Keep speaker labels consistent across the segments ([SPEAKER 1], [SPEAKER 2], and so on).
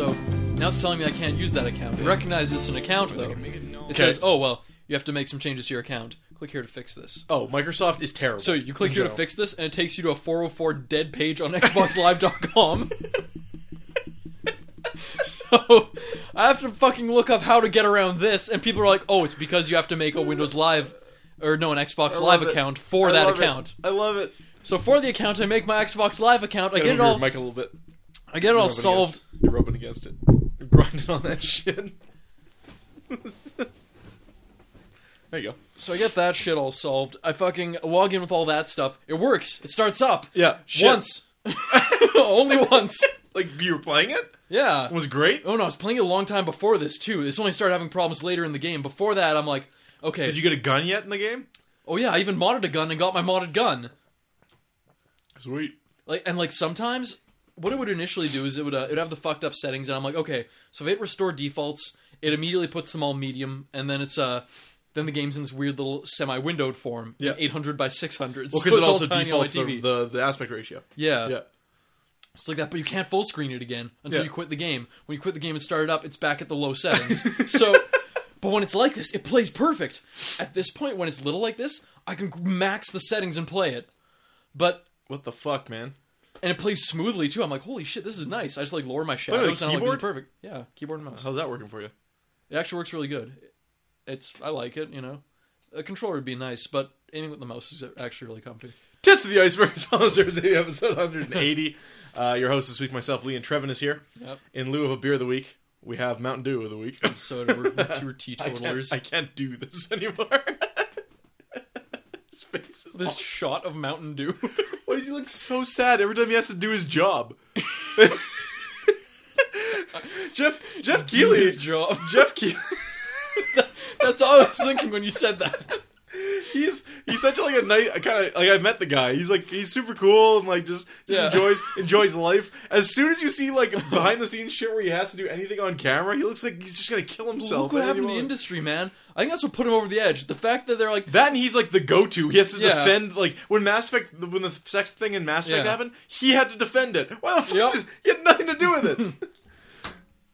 [SPEAKER 1] Now it's telling me I can't use that account. It recognizes it's an account, though. It says, oh, well, you have to make some changes to your account. Click here to fix this.
[SPEAKER 2] Oh, Microsoft is terrible.
[SPEAKER 1] So you click
[SPEAKER 2] in
[SPEAKER 1] here to
[SPEAKER 2] general.
[SPEAKER 1] fix this, and it takes you to a 404 dead page on XboxLive.com. so I have to fucking look up how to get around this, and people are like, "Oh, it's because you have to make a Windows Live or no, an Xbox
[SPEAKER 2] I
[SPEAKER 1] Live
[SPEAKER 2] love it.
[SPEAKER 1] account for
[SPEAKER 2] I
[SPEAKER 1] that
[SPEAKER 2] love it.
[SPEAKER 1] account."
[SPEAKER 2] I love it.
[SPEAKER 1] So for the account, I make my Xbox Live account. I
[SPEAKER 2] Gotta
[SPEAKER 1] get it
[SPEAKER 2] move your
[SPEAKER 1] all.
[SPEAKER 2] mic a little bit.
[SPEAKER 1] I get it all
[SPEAKER 2] Rubbing
[SPEAKER 1] solved.
[SPEAKER 2] against- you're rubbing against it. You're grinding on that shit. there you go.
[SPEAKER 1] So I get that shit all solved. I fucking log in with all that stuff. It works. It starts up.
[SPEAKER 2] Yeah. Shit.
[SPEAKER 1] Once. Only once.
[SPEAKER 2] Like you were playing it?
[SPEAKER 1] Yeah.
[SPEAKER 2] It was great.
[SPEAKER 1] Oh no, I was playing it a long time before this too. This only started having problems later in the game. Before that, I'm like, okay.
[SPEAKER 2] Did you get a gun yet in the game?
[SPEAKER 1] oh yeah, I even modded a gun and got my modded gun.
[SPEAKER 2] Sweet.
[SPEAKER 1] Like and like sometimes what it would initially do is it would uh, it would have the fucked up settings and I'm like, okay, so if it restore defaults, it immediately puts them all medium and then it's uh then the game's in this weird little semi-windowed form,
[SPEAKER 2] Yeah.
[SPEAKER 1] 800 by 600.
[SPEAKER 2] Well,
[SPEAKER 1] so it's
[SPEAKER 2] because it
[SPEAKER 1] all
[SPEAKER 2] also
[SPEAKER 1] tiny on my
[SPEAKER 2] defaults the,
[SPEAKER 1] TV.
[SPEAKER 2] the the aspect ratio.
[SPEAKER 1] yeah.
[SPEAKER 2] yeah.
[SPEAKER 1] It's like that, but you can't full screen it again until
[SPEAKER 2] Yeah.
[SPEAKER 1] you quit the game. When you quit the game and start it up, it's back at the low settings. so, but when it's like this, it plays perfect. At this point, when it's little like this, I can max the settings and play it. But
[SPEAKER 2] What the fuck, man?
[SPEAKER 1] and it plays smoothly too. I'm like, holy shit, this is nice. I just like lower my shadows and I'm like, this is
[SPEAKER 2] keyboard? Uh-huh.
[SPEAKER 1] perfect. Yeah, keyboard and mouse.
[SPEAKER 2] How's that working for you?
[SPEAKER 1] It actually works really good. It's I like it. You know, a controller would be nice, but aiming with the mouse is actually really comfy.
[SPEAKER 2] Test of the Iceberg Solid Review, episode 180. uh, your host this week, myself, Lee, and Trevin is here.
[SPEAKER 1] Yep.
[SPEAKER 2] In lieu of a beer of the week, we have Mountain Dew of the week.
[SPEAKER 1] So we're, we're
[SPEAKER 2] I can't,
[SPEAKER 1] teetotalers.
[SPEAKER 2] I can't do this anymore. His face is
[SPEAKER 1] This shot of Mountain Dew.
[SPEAKER 2] awful. Why does he look so sad every time he has to do his job? Jeff Jeff Keeley
[SPEAKER 1] His job.
[SPEAKER 2] Jeff Keeley
[SPEAKER 1] That's all I was thinking when you said that.
[SPEAKER 2] he's he's such like a nice kind of like I met the guy. He's like he's super cool and like just, just
[SPEAKER 1] Yeah.
[SPEAKER 2] enjoys enjoys life. As soon as you see like behind the scenes shit where he has to do anything on camera, he looks like he's just gonna kill himself.
[SPEAKER 1] Look what
[SPEAKER 2] at any
[SPEAKER 1] happened to the
[SPEAKER 2] moment.
[SPEAKER 1] industry, man. I think that's what put him over the edge. The fact that they're like,
[SPEAKER 2] That and he's like the go-to. He has to
[SPEAKER 1] Yeah.
[SPEAKER 2] defend like when Mass Effect when the sex thing in Mass Effect
[SPEAKER 1] Yeah.
[SPEAKER 2] happened, he had to defend it. Why the fuck
[SPEAKER 1] Yep.
[SPEAKER 2] did he had nothing to do with it?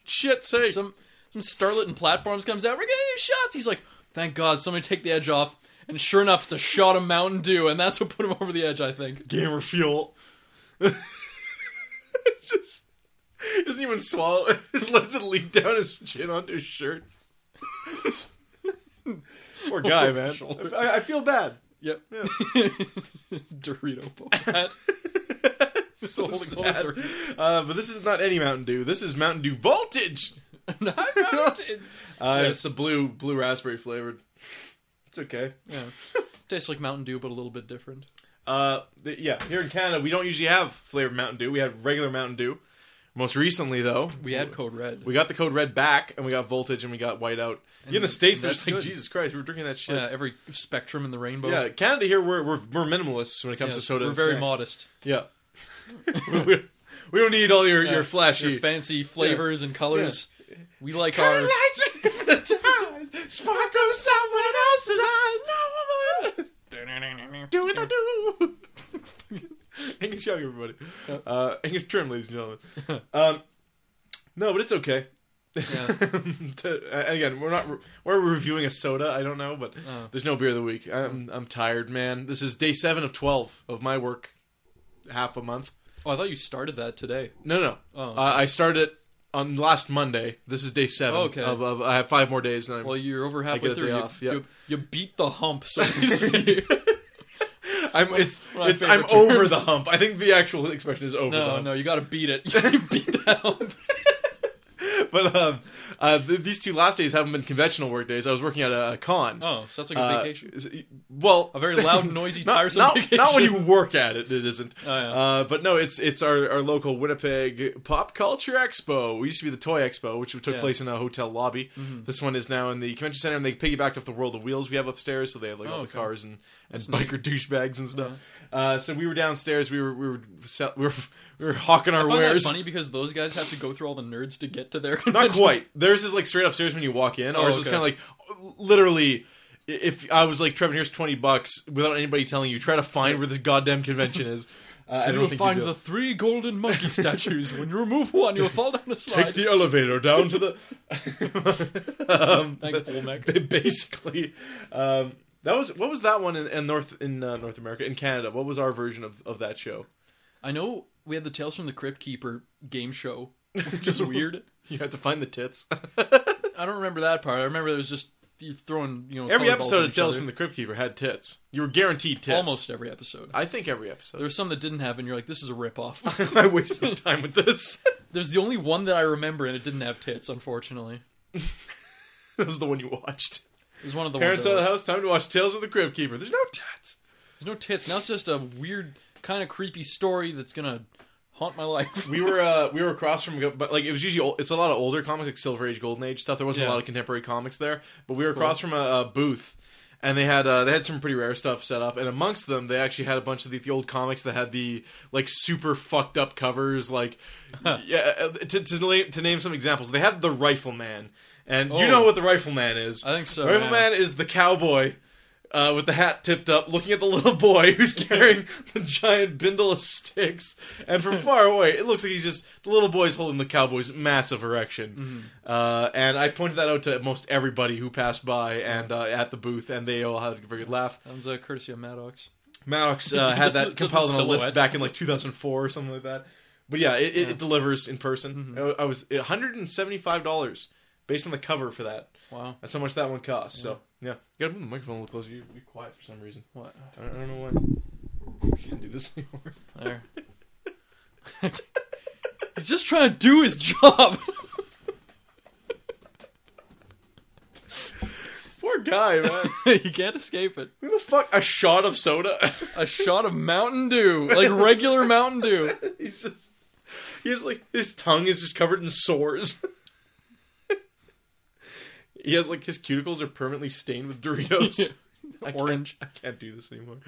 [SPEAKER 2] Shit sake.
[SPEAKER 1] some some starlet in platforms comes out, we're getting new shots. He's like, thank God, somebody take the edge off. And sure enough, it's a shot of Mountain Dew, and that's what put him over the edge, I think.
[SPEAKER 2] gamer fuel. It's just- doesn't even swallow it. Just lets it leak down his chin onto his shirt. Poor guy,
[SPEAKER 1] Over
[SPEAKER 2] man.
[SPEAKER 1] his shoulder.
[SPEAKER 2] I, I feel bad.
[SPEAKER 1] Yep.
[SPEAKER 2] Yeah.
[SPEAKER 1] Dorito Bobat.
[SPEAKER 2] So
[SPEAKER 1] Holding-
[SPEAKER 2] sad.
[SPEAKER 1] holding-
[SPEAKER 2] Uh, but this is not any Mountain Dew. This is Mountain Dew Voltage. Uh,
[SPEAKER 1] Yes.
[SPEAKER 2] It's the blue blue raspberry flavored. It's okay.
[SPEAKER 1] yeah. Tastes like Mountain Dew, but a little bit different.
[SPEAKER 2] Uh, th- yeah, here in Canada we don't usually have flavored Mountain Dew. We have regular Mountain Dew. Most recently, though,
[SPEAKER 1] We had Code Red.
[SPEAKER 2] we got the code red back, and we got voltage, and we got white out. in the states, they're
[SPEAKER 1] that's
[SPEAKER 2] just like
[SPEAKER 1] good.
[SPEAKER 2] Jesus Christ, we were drinking that shit.
[SPEAKER 1] yeah, every spectrum in the rainbow.
[SPEAKER 2] Yeah, Canada here we're we're, we're minimalists when it comes
[SPEAKER 1] Yeah,
[SPEAKER 2] to soda.
[SPEAKER 1] we're
[SPEAKER 2] and
[SPEAKER 1] very
[SPEAKER 2] snacks.
[SPEAKER 1] modest.
[SPEAKER 2] Yeah, we, we- we don't need all your
[SPEAKER 1] Yeah,
[SPEAKER 2] your flashy.
[SPEAKER 1] your fancy flavors and colors. We like
[SPEAKER 2] Our
[SPEAKER 1] our
[SPEAKER 2] lights are hypnotized. Sparkle someone else's eyes. No woman. Do it, I do. Angus Young, everybody. Uh, Angus Trim, ladies and gentlemen. Um, no, but it's okay. To- and again, we're not we're reviewing a soda. I don't know, but
[SPEAKER 1] Oh. Mm.
[SPEAKER 2] there's no beer of the week. I'm I'm tired, man. This is day seven of twelve of my work, half a month.
[SPEAKER 1] Oh, I thought you started that today.
[SPEAKER 2] No, no.
[SPEAKER 1] Oh.
[SPEAKER 2] Uh, I started on last Monday. This is day seven.
[SPEAKER 1] Oh, okay.
[SPEAKER 2] Of, of I have five more days. Than I'm,
[SPEAKER 1] Well, you're over
[SPEAKER 2] get
[SPEAKER 1] halfway
[SPEAKER 2] a
[SPEAKER 1] through.
[SPEAKER 2] day
[SPEAKER 1] You,
[SPEAKER 2] off, yeah.
[SPEAKER 1] you, you beat the hump, so to speak.
[SPEAKER 2] I'm it's
[SPEAKER 1] one of
[SPEAKER 2] it's
[SPEAKER 1] my
[SPEAKER 2] I'm
[SPEAKER 1] favorite
[SPEAKER 2] over
[SPEAKER 1] terms.
[SPEAKER 2] the hump. I think the actual expression is over the
[SPEAKER 1] no,
[SPEAKER 2] hump.
[SPEAKER 1] no, you got to beat it. You beat the hump.
[SPEAKER 2] But um, uh, th- these two last days haven't been conventional work days. I was working at a con.
[SPEAKER 1] Oh, so that's like a
[SPEAKER 2] Uh,
[SPEAKER 1] vacation.
[SPEAKER 2] is- well,
[SPEAKER 1] A very loud, noisy,
[SPEAKER 2] not,
[SPEAKER 1] tiresome
[SPEAKER 2] not,
[SPEAKER 1] vacation.
[SPEAKER 2] not when you work at it, it isn't.
[SPEAKER 1] Oh, yeah.
[SPEAKER 2] uh, but no, it's it's our, our local Winnipeg Pop Culture Expo. We used to be the Toy Expo, which took
[SPEAKER 1] Yeah. Mm-hmm.
[SPEAKER 2] place in a hotel lobby. This one is now in the convention center, and they piggybacked off the World of Wheels we have upstairs, so they have like
[SPEAKER 1] Oh,
[SPEAKER 2] all the
[SPEAKER 1] okay.
[SPEAKER 2] cars and, and biker douchebags and stuff. Uh, so we were downstairs. We were we were sell, we were we were hawking our
[SPEAKER 1] I find that
[SPEAKER 2] wares.
[SPEAKER 1] funny because those guys have to go through all the nerds to get to their
[SPEAKER 2] Not
[SPEAKER 1] convention.
[SPEAKER 2] quite. Theirs is like straight upstairs when you walk in. Ours was
[SPEAKER 1] Oh, okay.
[SPEAKER 2] kind of like literally. If I was like, Trevor, here's twenty bucks without anybody telling you, try to find where this goddamn convention is. Uh, I
[SPEAKER 1] You
[SPEAKER 2] don't
[SPEAKER 1] will
[SPEAKER 2] think
[SPEAKER 1] find
[SPEAKER 2] you
[SPEAKER 1] the
[SPEAKER 2] will.
[SPEAKER 1] three golden monkey statues. When you remove one, you'll fall down a slide.
[SPEAKER 2] Take the elevator down to the. um,
[SPEAKER 1] Thanks,
[SPEAKER 2] but
[SPEAKER 1] Olmec.
[SPEAKER 2] They basically. Um, that was what was that one in, in North in uh, North America in Canada? What was our version of, of that show?
[SPEAKER 1] I know we had the Tales from the Crypt Keeper game show, which is weird.
[SPEAKER 2] You had to find the tits.
[SPEAKER 1] I don't remember that part. I remember there was just you throwing, you know,
[SPEAKER 2] every
[SPEAKER 1] colored balls
[SPEAKER 2] episode
[SPEAKER 1] at
[SPEAKER 2] of
[SPEAKER 1] each
[SPEAKER 2] Tales
[SPEAKER 1] other.
[SPEAKER 2] from the Crypt Keeper had tits. You were guaranteed tits.
[SPEAKER 1] almost every episode.
[SPEAKER 2] I think every
[SPEAKER 1] There
[SPEAKER 2] episode.
[SPEAKER 1] were some that didn't have, and you're like, this is a ripoff.
[SPEAKER 2] I wasted time with this.
[SPEAKER 1] There's the only one that I remember, and it didn't have tits, unfortunately.
[SPEAKER 2] that was the one you watched.
[SPEAKER 1] It was one of the
[SPEAKER 2] Parents
[SPEAKER 1] ones I
[SPEAKER 2] out of the
[SPEAKER 1] watched.
[SPEAKER 2] house. Time to watch Tales of the Crypt Keeper. There's no tits.
[SPEAKER 1] There's no tits. Now it's just a weird, kind of creepy story that's gonna haunt my life.
[SPEAKER 2] we were uh, we were across from but like it was usually ol- it's a lot of older comics like Silver Age Golden Age stuff there wasn't a
[SPEAKER 1] Yeah.
[SPEAKER 2] lot of contemporary comics there but we were across from a, a booth and they had uh, they had some pretty rare stuff set up and amongst them they actually had a bunch of the, the old comics that had the like super fucked up covers like yeah uh, to, to, name, to name some examples they had the Rifleman and you
[SPEAKER 1] Oh.
[SPEAKER 2] know what the Rifleman is
[SPEAKER 1] I think so,
[SPEAKER 2] The Rifleman is the cowboy uh, with the hat tipped up, looking at the little boy who's carrying the giant bindle of sticks. And from far away, it looks like he's just the little boy's holding the cowboy's massive
[SPEAKER 1] Mm-hmm.
[SPEAKER 2] erection. Uh, and I pointed that out to most everybody who passed by and uh, at the booth, and they all had a very good laugh.
[SPEAKER 1] That was uh, courtesy of Maddox.
[SPEAKER 2] Maddox uh, had
[SPEAKER 1] Just the-
[SPEAKER 2] that
[SPEAKER 1] just
[SPEAKER 2] compiled
[SPEAKER 1] the
[SPEAKER 2] on a list
[SPEAKER 1] silhouette.
[SPEAKER 2] back in like 2004 or something like that. But yeah, it, it, it delivers in person.
[SPEAKER 1] Mm-hmm.
[SPEAKER 2] I I was $175 based on the cover for that.
[SPEAKER 1] Wow.
[SPEAKER 2] That's how much that one costs. So yeah, you gotta move the microphone a little closer. You, you're quiet for some reason.
[SPEAKER 1] What?
[SPEAKER 2] I don't, I don't know why. We can't do this anymore.
[SPEAKER 1] There. He's just trying to do his job.
[SPEAKER 2] Poor guy, man.
[SPEAKER 1] you can't escape it.
[SPEAKER 2] Who the fuck? A shot of soda.
[SPEAKER 1] A shot of Mountain Dew, like regular Mountain Dew.
[SPEAKER 2] he's just. He's like his tongue is just covered in sores. he has like his cuticles are permanently stained with Doritos. I can't-
[SPEAKER 1] Orange.
[SPEAKER 2] I can't do this anymore.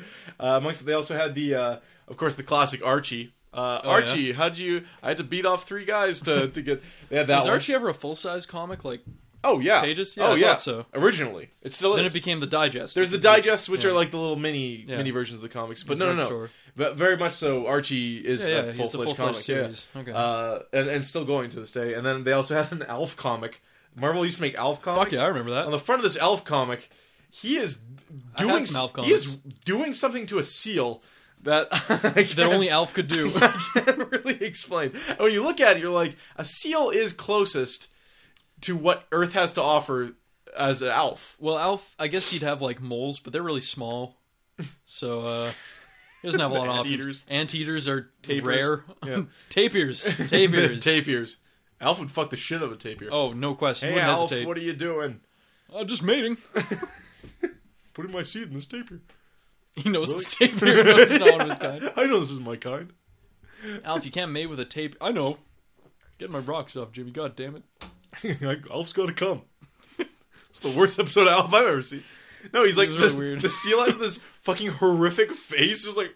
[SPEAKER 2] Uh, amongst they also had the, uh, of course, the classic Archie. Uh,
[SPEAKER 1] Oh,
[SPEAKER 2] Archie, how'd you? I had to beat off three guys to, to get. They had that
[SPEAKER 1] Was
[SPEAKER 2] one.
[SPEAKER 1] Archie ever a full size comic? Like
[SPEAKER 2] Oh yeah,
[SPEAKER 1] pages? Yeah,
[SPEAKER 2] oh
[SPEAKER 1] I
[SPEAKER 2] yeah.
[SPEAKER 1] thought so.
[SPEAKER 2] originally, it still
[SPEAKER 1] then
[SPEAKER 2] is.
[SPEAKER 1] it became the digest.
[SPEAKER 2] There's the digests, which
[SPEAKER 1] Yeah.
[SPEAKER 2] are like the little mini
[SPEAKER 1] Yeah.
[SPEAKER 2] mini versions of the comics, but no, no, no.
[SPEAKER 1] Drugstore.
[SPEAKER 2] But very much so. Archie is
[SPEAKER 1] Yeah, yeah,
[SPEAKER 2] a
[SPEAKER 1] he's the
[SPEAKER 2] full fledged
[SPEAKER 1] full-fledged
[SPEAKER 2] comic,
[SPEAKER 1] series.
[SPEAKER 2] yeah,
[SPEAKER 1] Okay.
[SPEAKER 2] uh, and and still going to this day. And then they also had an Alf comic. Marvel used to make Alf comics.
[SPEAKER 1] Fuck yeah, I remember
[SPEAKER 2] On
[SPEAKER 1] that.
[SPEAKER 2] the front of this Alf comic, he is
[SPEAKER 1] had
[SPEAKER 2] doing
[SPEAKER 1] some Alf
[SPEAKER 2] he is doing something to a seal that I can't,
[SPEAKER 1] That only Alf could do.
[SPEAKER 2] I can't really explain. And when you look at it, you're like, a seal is closest to what Earth has to offer as an Alf.
[SPEAKER 1] Well, Alf, I guess he'd have like moles, but they're really small, so uh, he doesn't have a lot of options.
[SPEAKER 2] Anteaters.
[SPEAKER 1] Anteaters are
[SPEAKER 2] Tapirs.
[SPEAKER 1] rare.
[SPEAKER 2] Yeah.
[SPEAKER 1] Tapirs, tapirs.
[SPEAKER 2] tapirs. Alf would fuck the shit out of a tapir.
[SPEAKER 1] oh, no question.
[SPEAKER 2] hey,
[SPEAKER 1] Wouldn't
[SPEAKER 2] Alf,
[SPEAKER 1] hesitate.
[SPEAKER 2] what are you doing?
[SPEAKER 1] Oh, just mating.
[SPEAKER 2] Putting my seed in this tapir.
[SPEAKER 1] He knows
[SPEAKER 2] Really?
[SPEAKER 1] it's tapir. He knows it's not one of his kind.
[SPEAKER 2] I know this is my kind.
[SPEAKER 1] Alf, you can't mate with a tape. I know. Get my rocks off, Jimmy. God damn it.
[SPEAKER 2] Alf's got to come. It's the worst episode of Alf I've ever seen. No, he's like
[SPEAKER 1] was really
[SPEAKER 2] the,
[SPEAKER 1] weird.
[SPEAKER 2] the seal has this fucking horrific face, just like,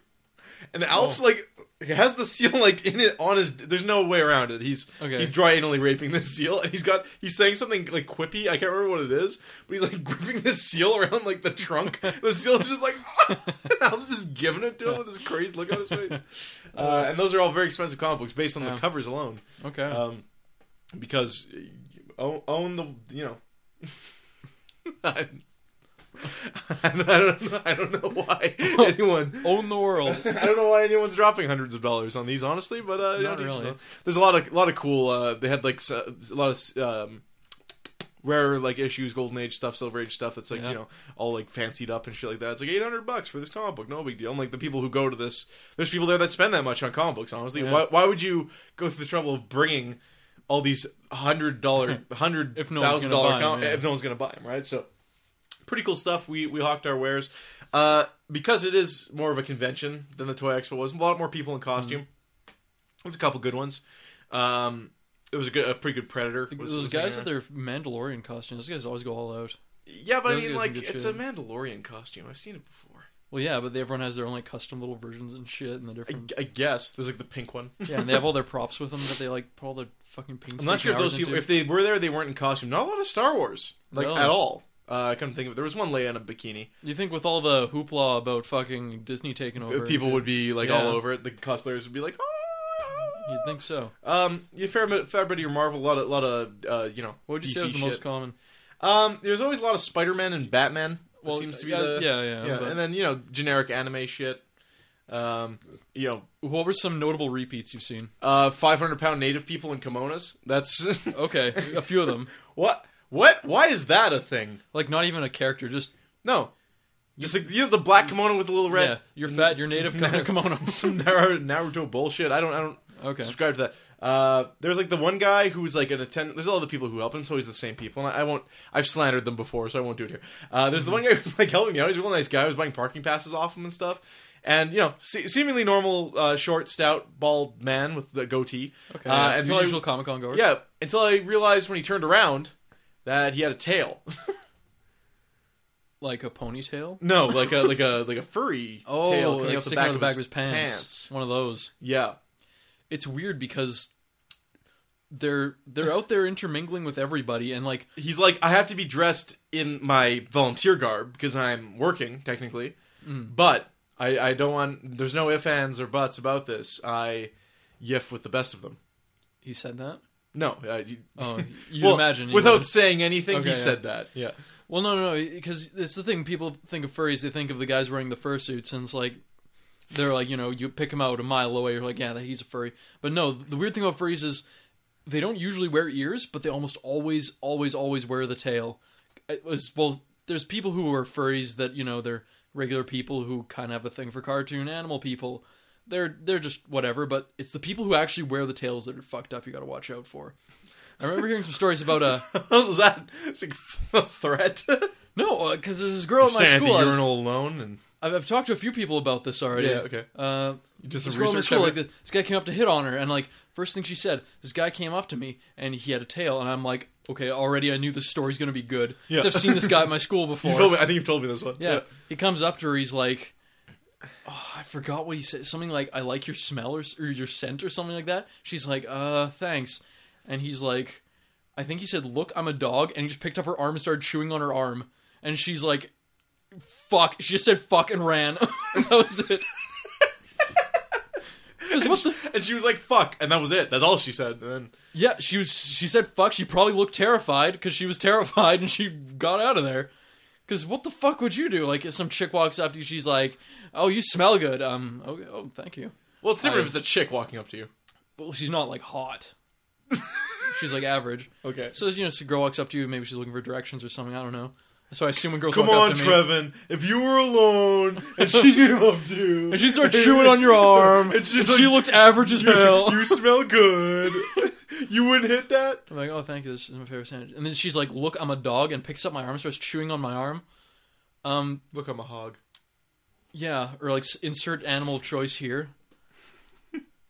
[SPEAKER 2] and
[SPEAKER 1] Oh.
[SPEAKER 2] Alf's like he has the seal like in it on his. There's no way around it. He's
[SPEAKER 1] Okay.
[SPEAKER 2] he's dry anally raping this seal, and he's got he's saying something like quippy. I can't remember what it is, but he's like gripping this seal around like the trunk. the seal's just like and Alf's just giving it to him with this crazy look on his face. Uh, and those are all very expensive comic books based on
[SPEAKER 1] Yeah.
[SPEAKER 2] the covers alone
[SPEAKER 1] Okay.
[SPEAKER 2] um, because uh, own, own the you know. I, I don't know, I don't know why anyone.
[SPEAKER 1] Own the world.
[SPEAKER 2] I don't know why anyone's dropping hundreds of dollars on these, honestly. But uh, you
[SPEAKER 1] Not
[SPEAKER 2] know, just-
[SPEAKER 1] really.
[SPEAKER 2] there's a lot of a lot of cool. Uh, they had like s- a lot of um, rare like issues, golden age stuff, silver age stuff. That's like
[SPEAKER 1] Yeah.
[SPEAKER 2] you know all like fancied up and shit like that. It's like eight hundred bucks for this comic book, no big deal. And like the people who go to this, there's people there that spend that much on comic books. Honestly,
[SPEAKER 1] Yeah.
[SPEAKER 2] why why would you go through the trouble of bringing all these hundred dollar hundred
[SPEAKER 1] If
[SPEAKER 2] if
[SPEAKER 1] no
[SPEAKER 2] no
[SPEAKER 1] one's
[SPEAKER 2] thousand
[SPEAKER 1] gonna buy
[SPEAKER 2] dollar
[SPEAKER 1] 'em,
[SPEAKER 2] com-
[SPEAKER 1] yeah.
[SPEAKER 2] if no one's gonna buy them, right? So pretty cool stuff. We we hawked our wares uh, because it is more of a convention than the Toy Expo was. A lot more people in costume.
[SPEAKER 1] Mm-hmm.
[SPEAKER 2] There's a couple good ones. Um, it was a, good, a pretty good Predator. was-
[SPEAKER 1] Those
[SPEAKER 2] was
[SPEAKER 1] guys
[SPEAKER 2] there.
[SPEAKER 1] with their Mandalorian costumes, those guys always go all out.
[SPEAKER 2] yeah, but I
[SPEAKER 1] those
[SPEAKER 2] mean,
[SPEAKER 1] guys
[SPEAKER 2] like
[SPEAKER 1] can get
[SPEAKER 2] it's
[SPEAKER 1] you
[SPEAKER 2] a
[SPEAKER 1] in.
[SPEAKER 2] Mandalorian costume. I've seen it before.
[SPEAKER 1] Well, yeah, but they, everyone has their own like custom little versions and shit, and the
[SPEAKER 2] I,
[SPEAKER 1] different.
[SPEAKER 2] I guess there's like the pink one.
[SPEAKER 1] yeah, and they have all their props with them that they like put all their fucking paint.
[SPEAKER 2] I'm not sure if
[SPEAKER 1] sticking
[SPEAKER 2] those
[SPEAKER 1] hours
[SPEAKER 2] people,
[SPEAKER 1] into.
[SPEAKER 2] if they were there, they weren't in costume. Not a lot of Star Wars, like
[SPEAKER 1] No.
[SPEAKER 2] at all. Uh, I couldn't think of it. There was one lay on a bikini.
[SPEAKER 1] You think with all the hoopla about fucking Disney taking over,
[SPEAKER 2] People would be like all
[SPEAKER 1] Yeah.
[SPEAKER 2] over it. The cosplayers would be like, oh.
[SPEAKER 1] You'd think so.
[SPEAKER 2] Um, you fair bit, fair bit of your Marvel, a lot of, lot of, uh, you know.
[SPEAKER 1] What would you
[SPEAKER 2] DC
[SPEAKER 1] say was the
[SPEAKER 2] shit.
[SPEAKER 1] most common?
[SPEAKER 2] Um, there's always a lot of Spider-Man and Batman. Well,
[SPEAKER 1] Well,
[SPEAKER 2] seems to be
[SPEAKER 1] yeah,
[SPEAKER 2] the
[SPEAKER 1] yeah, yeah,
[SPEAKER 2] yeah,
[SPEAKER 1] but-
[SPEAKER 2] and then you know generic anime shit. Um, you know,
[SPEAKER 1] What were some notable repeats you've seen?
[SPEAKER 2] uh, 500 pound native people in kimonos. That's
[SPEAKER 1] Okay, a few of them.
[SPEAKER 2] what what why is that a thing?
[SPEAKER 1] Like not even a character, just
[SPEAKER 2] No, just like you know, the black kimono with the little red.
[SPEAKER 1] yeah. You're fat. You're native. Come to kimonos.
[SPEAKER 2] Some Naruto, Naruto bullshit. I don't I don't
[SPEAKER 1] Okay.
[SPEAKER 2] subscribe to that. Uh, there's like the one guy who's like an attendant. There's all the people who help him. It's always the same people. And I, I won't. I've slandered them before, so I won't do it here. Uh,
[SPEAKER 1] Mm-hmm.
[SPEAKER 2] there's the one guy who's like helping me out. He's a real nice guy. I was buying parking passes off him and stuff. And you know, se- seemingly normal, uh, short, stout, bald man with the goatee.
[SPEAKER 1] Okay.
[SPEAKER 2] Uh,
[SPEAKER 1] yeah,
[SPEAKER 2] and
[SPEAKER 1] the
[SPEAKER 2] probably-
[SPEAKER 1] usual Comic Con goer.
[SPEAKER 2] Yeah. Until I realized when he turned around that he had a tail.
[SPEAKER 1] Like a ponytail.
[SPEAKER 2] no, like a like a like a furry
[SPEAKER 1] Oh,
[SPEAKER 2] tail coming
[SPEAKER 1] like
[SPEAKER 2] out the
[SPEAKER 1] sticking
[SPEAKER 2] back,
[SPEAKER 1] out of the back of his pants.
[SPEAKER 2] pants.
[SPEAKER 1] One of those.
[SPEAKER 2] Yeah.
[SPEAKER 1] It's weird because they're they're out there intermingling with everybody, and like
[SPEAKER 2] he's like, I have to be dressed in my volunteer garb because I'm working technically, but I, I don't want. There's no ifs, ands, or buts about this. I yiff with the best of them.
[SPEAKER 1] he said that.
[SPEAKER 2] No, uh, you,
[SPEAKER 1] Oh, you
[SPEAKER 2] well,
[SPEAKER 1] imagine you
[SPEAKER 2] without
[SPEAKER 1] would.
[SPEAKER 2] saying anything.
[SPEAKER 1] Okay,
[SPEAKER 2] he
[SPEAKER 1] yeah.
[SPEAKER 2] said that. Yeah,
[SPEAKER 1] Well, no, no, no, because it's the thing. People think of furries; they think of the guys wearing the fursuits, and it's like they're like, you know, you pick him out a mile away, you're like, yeah, that he's a furry. But no, the weird thing about furries is they don't usually wear ears, but they almost always, always, always wear the tail. It was well, there's people who are furries that you know they're regular people who kind of have a thing for cartoon animal people. They're they're just whatever, but it's the people who actually wear the tails that are fucked up. You got to watch out for. I remember hearing some stories about uh
[SPEAKER 2] what was that? It's like a threat.
[SPEAKER 1] no because there's this girl at my
[SPEAKER 2] Standing
[SPEAKER 1] school.
[SPEAKER 2] at
[SPEAKER 1] I
[SPEAKER 2] the
[SPEAKER 1] was-
[SPEAKER 2] urinal alone and
[SPEAKER 1] I've, I've talked to a few people about this already.
[SPEAKER 2] Yeah, okay.
[SPEAKER 1] Uh,
[SPEAKER 2] just
[SPEAKER 1] this
[SPEAKER 2] a
[SPEAKER 1] girl in the
[SPEAKER 2] research.
[SPEAKER 1] school, like
[SPEAKER 2] effort.
[SPEAKER 1] this, this guy came up to hit on her, and like first thing she said, this guy came up to me and he had a tail, and I'm like, okay, already I knew this story's gonna be good. 'Cause
[SPEAKER 2] Yeah.
[SPEAKER 1] I've seen this guy at my school before.
[SPEAKER 2] you told me, I think you've told me this one.
[SPEAKER 1] yeah. he comes up to her, he's like, oh, I forgot what he said, something like, I like your smell or, s- or your scent or something like that. She's like, uh, thanks, and he's like, I think he said, look, I'm a dog, and he just picked up her arm and started chewing on her arm, and she's like. Fuck! She just said "fuck" and ran. that was it. 'Cause what the-
[SPEAKER 2] And she was like, "Fuck," and that was it. That's all she said. And then
[SPEAKER 1] Yeah, she was. She said "fuck." She probably looked terrified because she was terrified, and she got out of there. Because what the fuck would you do? Like, if some chick walks up to you, she's like, "Oh, you smell good." Um, oh, oh thank you.
[SPEAKER 2] well, it's different
[SPEAKER 1] I-
[SPEAKER 2] if it's a chick walking up to you.
[SPEAKER 1] Well, she's not like hot. she's like average.
[SPEAKER 2] Okay.
[SPEAKER 1] So you know, so a girl walks up to you. Maybe she's looking for directions or something. I don't know. So I assume when girls
[SPEAKER 2] Come
[SPEAKER 1] walk
[SPEAKER 2] on,
[SPEAKER 1] up to me,
[SPEAKER 2] Trevin. If you were alone and she came up to you
[SPEAKER 1] and she starts chewing on your arm,
[SPEAKER 2] and she's
[SPEAKER 1] and she
[SPEAKER 2] like,
[SPEAKER 1] looked average as
[SPEAKER 2] "You-
[SPEAKER 1] hell.
[SPEAKER 2] you smell good, you wouldn't hit that.
[SPEAKER 1] I'm like, oh, thank you. This is my favorite sandwich. And then she's like, look, I'm a dog, and picks up my arm, and starts chewing on my arm. Um,
[SPEAKER 2] Look, I'm a hog.
[SPEAKER 1] Yeah, or like s- insert animal of choice here.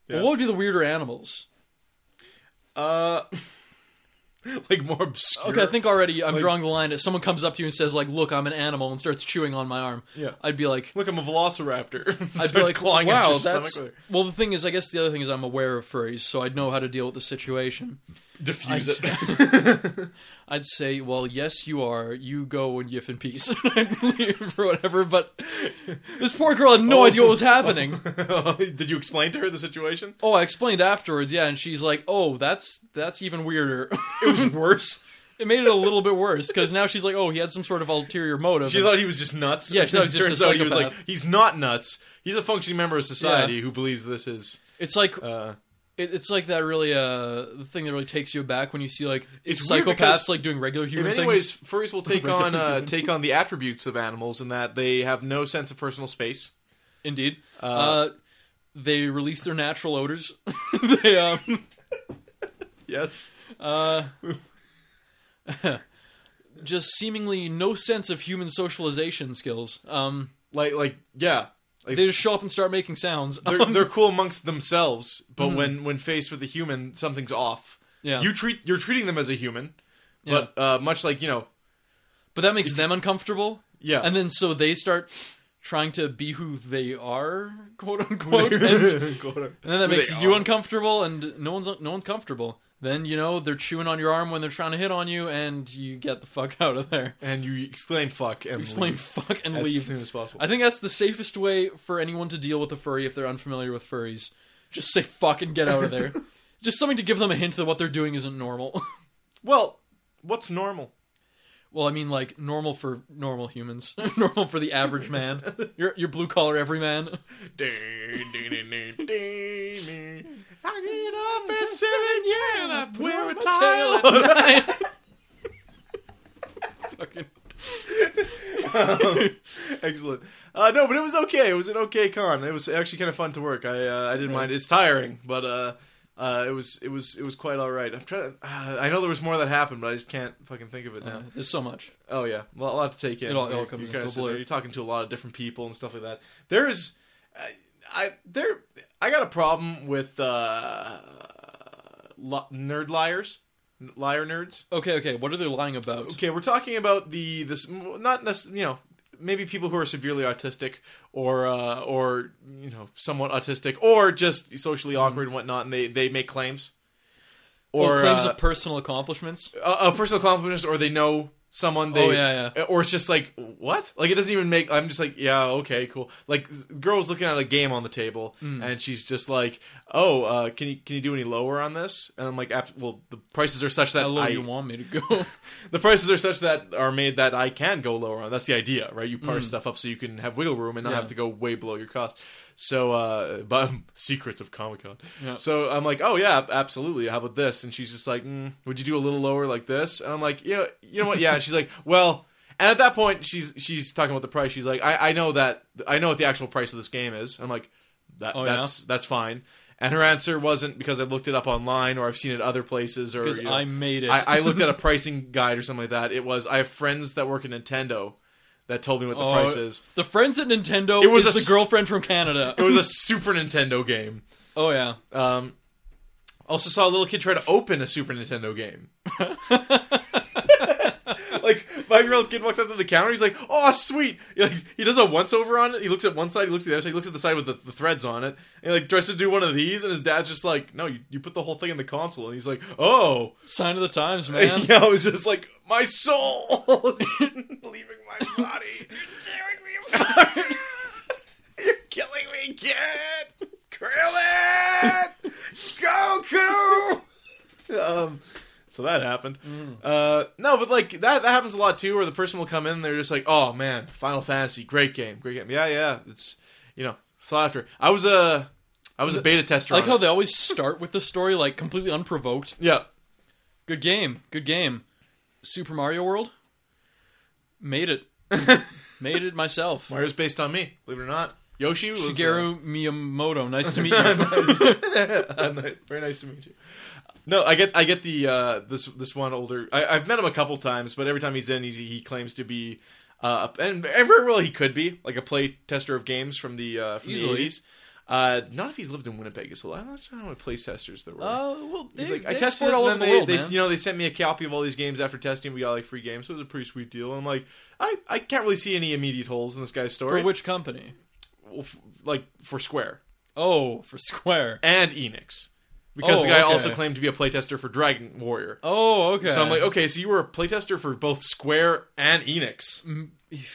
[SPEAKER 2] Yeah.
[SPEAKER 1] What would be the weirder animals?
[SPEAKER 2] Uh, like more obscure.
[SPEAKER 1] Okay, I think already I'm
[SPEAKER 2] Like-
[SPEAKER 1] drawing the line. If someone comes up to you and says like, "Look, I'm an animal," and starts chewing on my arm,
[SPEAKER 2] Yeah.
[SPEAKER 1] I'd be like,
[SPEAKER 2] Look, I'm a velociraptor.
[SPEAKER 1] I'd
[SPEAKER 2] Starts
[SPEAKER 1] be like,
[SPEAKER 2] clawing at
[SPEAKER 1] "Wow,
[SPEAKER 2] your
[SPEAKER 1] that's."
[SPEAKER 2] stomach.
[SPEAKER 1] Well, the thing is, I guess the other thing is I'm aware of furries, so I'd know how to deal with the situation.
[SPEAKER 2] Diffuse
[SPEAKER 1] I-
[SPEAKER 2] it.
[SPEAKER 1] I'd say, "Well, yes, you are. You go and yiff in peace," and I'd leave or whatever. But this poor girl had no
[SPEAKER 2] Oh.
[SPEAKER 1] idea what was happening.
[SPEAKER 2] Did you explain to her the situation?
[SPEAKER 1] Oh, I explained afterwards, yeah, and she's like, "Oh, that's that's even weirder."
[SPEAKER 2] It was worse.
[SPEAKER 1] it made it a little bit worse because now she's like, oh, he had some sort of ulterior motive.
[SPEAKER 2] She thought he was just nuts.
[SPEAKER 1] Yeah, she thought he was just a
[SPEAKER 2] Turns out he was like,
[SPEAKER 1] psychopath.
[SPEAKER 2] he's not nuts. He's a functioning member of society who believes this is.
[SPEAKER 1] it's like
[SPEAKER 2] Uh,
[SPEAKER 1] it, it's like that really uh the thing that really takes you aback when you see like
[SPEAKER 2] It's
[SPEAKER 1] it's
[SPEAKER 2] weird
[SPEAKER 1] psychopaths
[SPEAKER 2] because
[SPEAKER 1] like doing regular
[SPEAKER 2] In
[SPEAKER 1] human
[SPEAKER 2] many
[SPEAKER 1] things.
[SPEAKER 2] ways, furries will take
[SPEAKER 1] Regular
[SPEAKER 2] on uh,
[SPEAKER 1] human.
[SPEAKER 2] take on the attributes of animals in that they have no sense of personal space.
[SPEAKER 1] Indeed, uh, they release their natural odors. they um
[SPEAKER 2] Yes.
[SPEAKER 1] uh. Just seemingly no sense of human socialization skills. Um,
[SPEAKER 2] Like, like, yeah. Like,
[SPEAKER 1] they
[SPEAKER 2] they're,
[SPEAKER 1] just show up and start making sounds.
[SPEAKER 2] they're,
[SPEAKER 1] Um,
[SPEAKER 2] cool amongst themselves, but when, when faced with a human, something's off.
[SPEAKER 1] Hmm. yeah,
[SPEAKER 2] You treat you're treating them as a human,
[SPEAKER 1] yeah.
[SPEAKER 2] but uh, much like you know,
[SPEAKER 1] but that makes them uncomfortable.
[SPEAKER 2] yeah.
[SPEAKER 1] And then so they start trying to be who they are, quote unquote. and, and
[SPEAKER 2] Quote unquote.
[SPEAKER 1] then that
[SPEAKER 2] Who
[SPEAKER 1] makes
[SPEAKER 2] they
[SPEAKER 1] you
[SPEAKER 2] are.
[SPEAKER 1] uncomfortable and no one's no one's comfortable. then you know they're chewing on your arm when they're trying to hit on you, and you get the fuck out of there.
[SPEAKER 2] and you exclaim "fuck" and
[SPEAKER 1] Explain
[SPEAKER 2] leave
[SPEAKER 1] fuck and
[SPEAKER 2] as
[SPEAKER 1] leave.
[SPEAKER 2] soon as possible.
[SPEAKER 1] I think that's the safest way for anyone to deal with a furry if they're unfamiliar with furries. Just say fuck and get out of there. Just something to give them a hint that what they're doing isn't normal.
[SPEAKER 2] well, what's normal?
[SPEAKER 1] well, I mean, like normal for normal humans, normal for the average man, your your blue collar everyman.
[SPEAKER 2] I get up at seven, yeah, and I wear a
[SPEAKER 1] My
[SPEAKER 2] tile.
[SPEAKER 1] tail at night. Fucking.
[SPEAKER 2] Um, excellent. Uh, no, but it was okay. It was an okay con. It was actually kind of fun to work. I uh, I didn't mind. It's tiring, but uh, uh, it was it was it was quite all right. I'm trying. To, uh, I know there was more that happened, but I just can't fucking think of it now.
[SPEAKER 1] Yeah, uh, there's so much.
[SPEAKER 2] Oh yeah, a lot, a lot to take in.
[SPEAKER 1] It all- it all
[SPEAKER 2] You're-
[SPEAKER 1] comes
[SPEAKER 2] you're kinda
[SPEAKER 1] into a
[SPEAKER 2] sitting there,
[SPEAKER 1] blur.
[SPEAKER 2] You're talking to a lot of different people and stuff like that. There is, I, I there, I got a problem with uh, li- nerd liars, liar nerds.
[SPEAKER 1] Okay, okay. What are they lying about?
[SPEAKER 2] Okay, we're talking about the this not necessarily you know maybe people who are severely autistic or uh, or you know somewhat autistic or just socially
[SPEAKER 1] Mm-hmm.
[SPEAKER 2] awkward and whatnot, and they they make claims
[SPEAKER 1] Or claims
[SPEAKER 2] uh,
[SPEAKER 1] of personal accomplishments.
[SPEAKER 2] a, a personal compliments or they know someone they
[SPEAKER 1] oh yeah, yeah.
[SPEAKER 2] or it's just like what like it doesn't even make i'm just like yeah okay cool like s- girl's looking at a game on the table
[SPEAKER 1] Hmm.
[SPEAKER 2] and she's just like oh uh can you can you do any lower on this and i'm like "Abs- well the prices are such that
[SPEAKER 1] How low
[SPEAKER 2] I,
[SPEAKER 1] do you want me to go?
[SPEAKER 2] the prices are such that are made that i can go lower on that's the idea right you parse stuff up so you can have wiggle room and not
[SPEAKER 1] Mm. Yeah.
[SPEAKER 2] have to go way below your cost so uh but secrets of comic-con
[SPEAKER 1] Yeah.
[SPEAKER 2] so i'm like oh yeah absolutely how about this and she's just like mm, would you do a little lower like this and i'm like you know, you know what yeah and she's like well and at that point, she's she's talking about the price. She's like, I, I know that I know what the actual price of this game is. I'm like, that,
[SPEAKER 1] Oh, yeah?
[SPEAKER 2] that's that's fine. And her answer wasn't because I looked it up online or I've seen it other places or
[SPEAKER 1] Because
[SPEAKER 2] you know,
[SPEAKER 1] I made it.
[SPEAKER 2] I, I looked at a pricing guide or something like that. It was I have friends that work at Nintendo that told me what the
[SPEAKER 1] Oh,
[SPEAKER 2] price is.
[SPEAKER 1] The friends at Nintendo.
[SPEAKER 2] It was
[SPEAKER 1] is
[SPEAKER 2] a
[SPEAKER 1] the
[SPEAKER 2] s-
[SPEAKER 1] girlfriend from Canada.
[SPEAKER 2] It was a Super Nintendo game.
[SPEAKER 1] oh yeah.
[SPEAKER 2] Um, also saw a little kid try to open a Super Nintendo game. like five year old kid walks up to the counter, he's like, "Oh, sweet!" He, like, he does a once over on it. He looks at one side, he looks at the other side, he looks at the side with the, the threads on it, and he like tries to do one of these, and his dad's just like, "No, you, you put the whole thing in the console," and he's like, "Oh."
[SPEAKER 1] Sign of the times, man.
[SPEAKER 2] Yeah, I was just like, my soul is leaving my body. You're tearing me apart. You're killing me, kid. Krillin, Goku. um, so that happened.
[SPEAKER 1] Mm.
[SPEAKER 2] Uh, no, but like that that happens a lot too, where the person will come in, and they're just like, oh man, Final Fantasy, great game, great game. Yeah, yeah, it's you know, sought after. I was a I was a beta tester.
[SPEAKER 1] I like
[SPEAKER 2] on
[SPEAKER 1] how
[SPEAKER 2] it.
[SPEAKER 1] they always start with the story like completely unprovoked.
[SPEAKER 2] yeah.
[SPEAKER 1] Good game. Good game. Super Mario World. Made it. Made it myself.
[SPEAKER 2] Mario's based on me, believe it or not. Yoshi was uh,
[SPEAKER 1] Shigeru Miyamoto. Nice to meet you.
[SPEAKER 2] Very nice to meet you. No, I get I get the uh, this this one older. I, I've met him a couple times, but every time he's in, he's, he claims to be uh, and very well he could be like a play tester of games from the uh, from
[SPEAKER 1] Easily.
[SPEAKER 2] the eighties. Uh, not if he's lived in Winnipeg his whole life. I'm not sure how many play testers there were.
[SPEAKER 1] Oh well,
[SPEAKER 2] He's
[SPEAKER 1] they-
[SPEAKER 2] like, I
[SPEAKER 1] they
[SPEAKER 2] tested
[SPEAKER 1] export
[SPEAKER 2] it,
[SPEAKER 1] all
[SPEAKER 2] and
[SPEAKER 1] over
[SPEAKER 2] then
[SPEAKER 1] the
[SPEAKER 2] they,
[SPEAKER 1] world,
[SPEAKER 2] they,
[SPEAKER 1] man.
[SPEAKER 2] you know, they sent me a copy of all these games after testing. We got like free games, so it was a pretty sweet deal. And I'm like, I, I can't really see any immediate holes in this guy's story.
[SPEAKER 1] For which company?
[SPEAKER 2] Well, f- like for Square,
[SPEAKER 1] Oh, for Square.
[SPEAKER 2] and Enix. Because
[SPEAKER 1] Oh,
[SPEAKER 2] the guy
[SPEAKER 1] okay.
[SPEAKER 2] also claimed to be a playtester for Dragon Warrior.
[SPEAKER 1] Oh, okay.
[SPEAKER 2] So I'm like, okay, so you were a playtester for both Square and Enix.
[SPEAKER 1] Mm,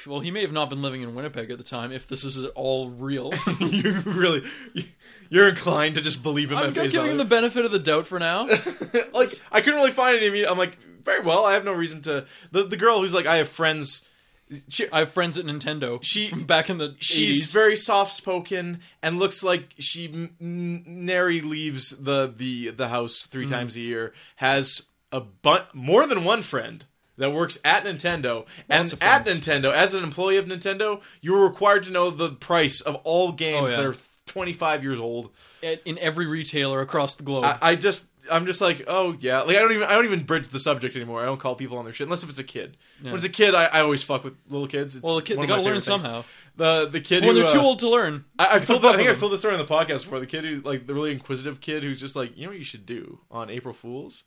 [SPEAKER 1] Well, he may have not been living in Winnipeg at the time, if this is at all real.
[SPEAKER 2] you really, you're inclined to just believe him
[SPEAKER 1] I'm,
[SPEAKER 2] at
[SPEAKER 1] I'm
[SPEAKER 2] face
[SPEAKER 1] giving him the
[SPEAKER 2] value.
[SPEAKER 1] benefit of the doubt for now.
[SPEAKER 2] like, I couldn't really find any. immediate- I'm like, very well. I have no reason to. The the girl who's like, I have friends. She,
[SPEAKER 1] I have friends at Nintendo.
[SPEAKER 2] She-
[SPEAKER 1] from back in the
[SPEAKER 2] she's
[SPEAKER 1] 80s.
[SPEAKER 2] very soft spoken and looks like she n- n- nary leaves the the the house
[SPEAKER 1] Mm.
[SPEAKER 2] three times a year. Has a bun- more than one friend that works at Nintendo
[SPEAKER 1] Lots
[SPEAKER 2] and
[SPEAKER 1] of
[SPEAKER 2] at
[SPEAKER 1] friends.
[SPEAKER 2] Nintendo as an employee of Nintendo, you're required to know the price of all games
[SPEAKER 1] Oh, yeah.
[SPEAKER 2] that are 25 years old.
[SPEAKER 1] at, in every retailer across the globe.
[SPEAKER 2] I, I just I'm just like, oh yeah. Like I don't even I don't even bridge the subject anymore. I don't call people on their shit unless if it's a kid. When it's a kid, I, I always fuck with little kids. It's
[SPEAKER 1] well, the kid,
[SPEAKER 2] one
[SPEAKER 1] they
[SPEAKER 2] of
[SPEAKER 1] got to
[SPEAKER 2] my
[SPEAKER 1] learn
[SPEAKER 2] favorite things.
[SPEAKER 1] somehow.
[SPEAKER 2] The the kid
[SPEAKER 1] When
[SPEAKER 2] who,
[SPEAKER 1] they're too
[SPEAKER 2] uh,
[SPEAKER 1] old to learn.
[SPEAKER 2] I, I've told. The, I think
[SPEAKER 1] them.
[SPEAKER 2] I've told the story on the podcast before. The kid who's like the really inquisitive kid who's just like, you know, what you should do on April Fools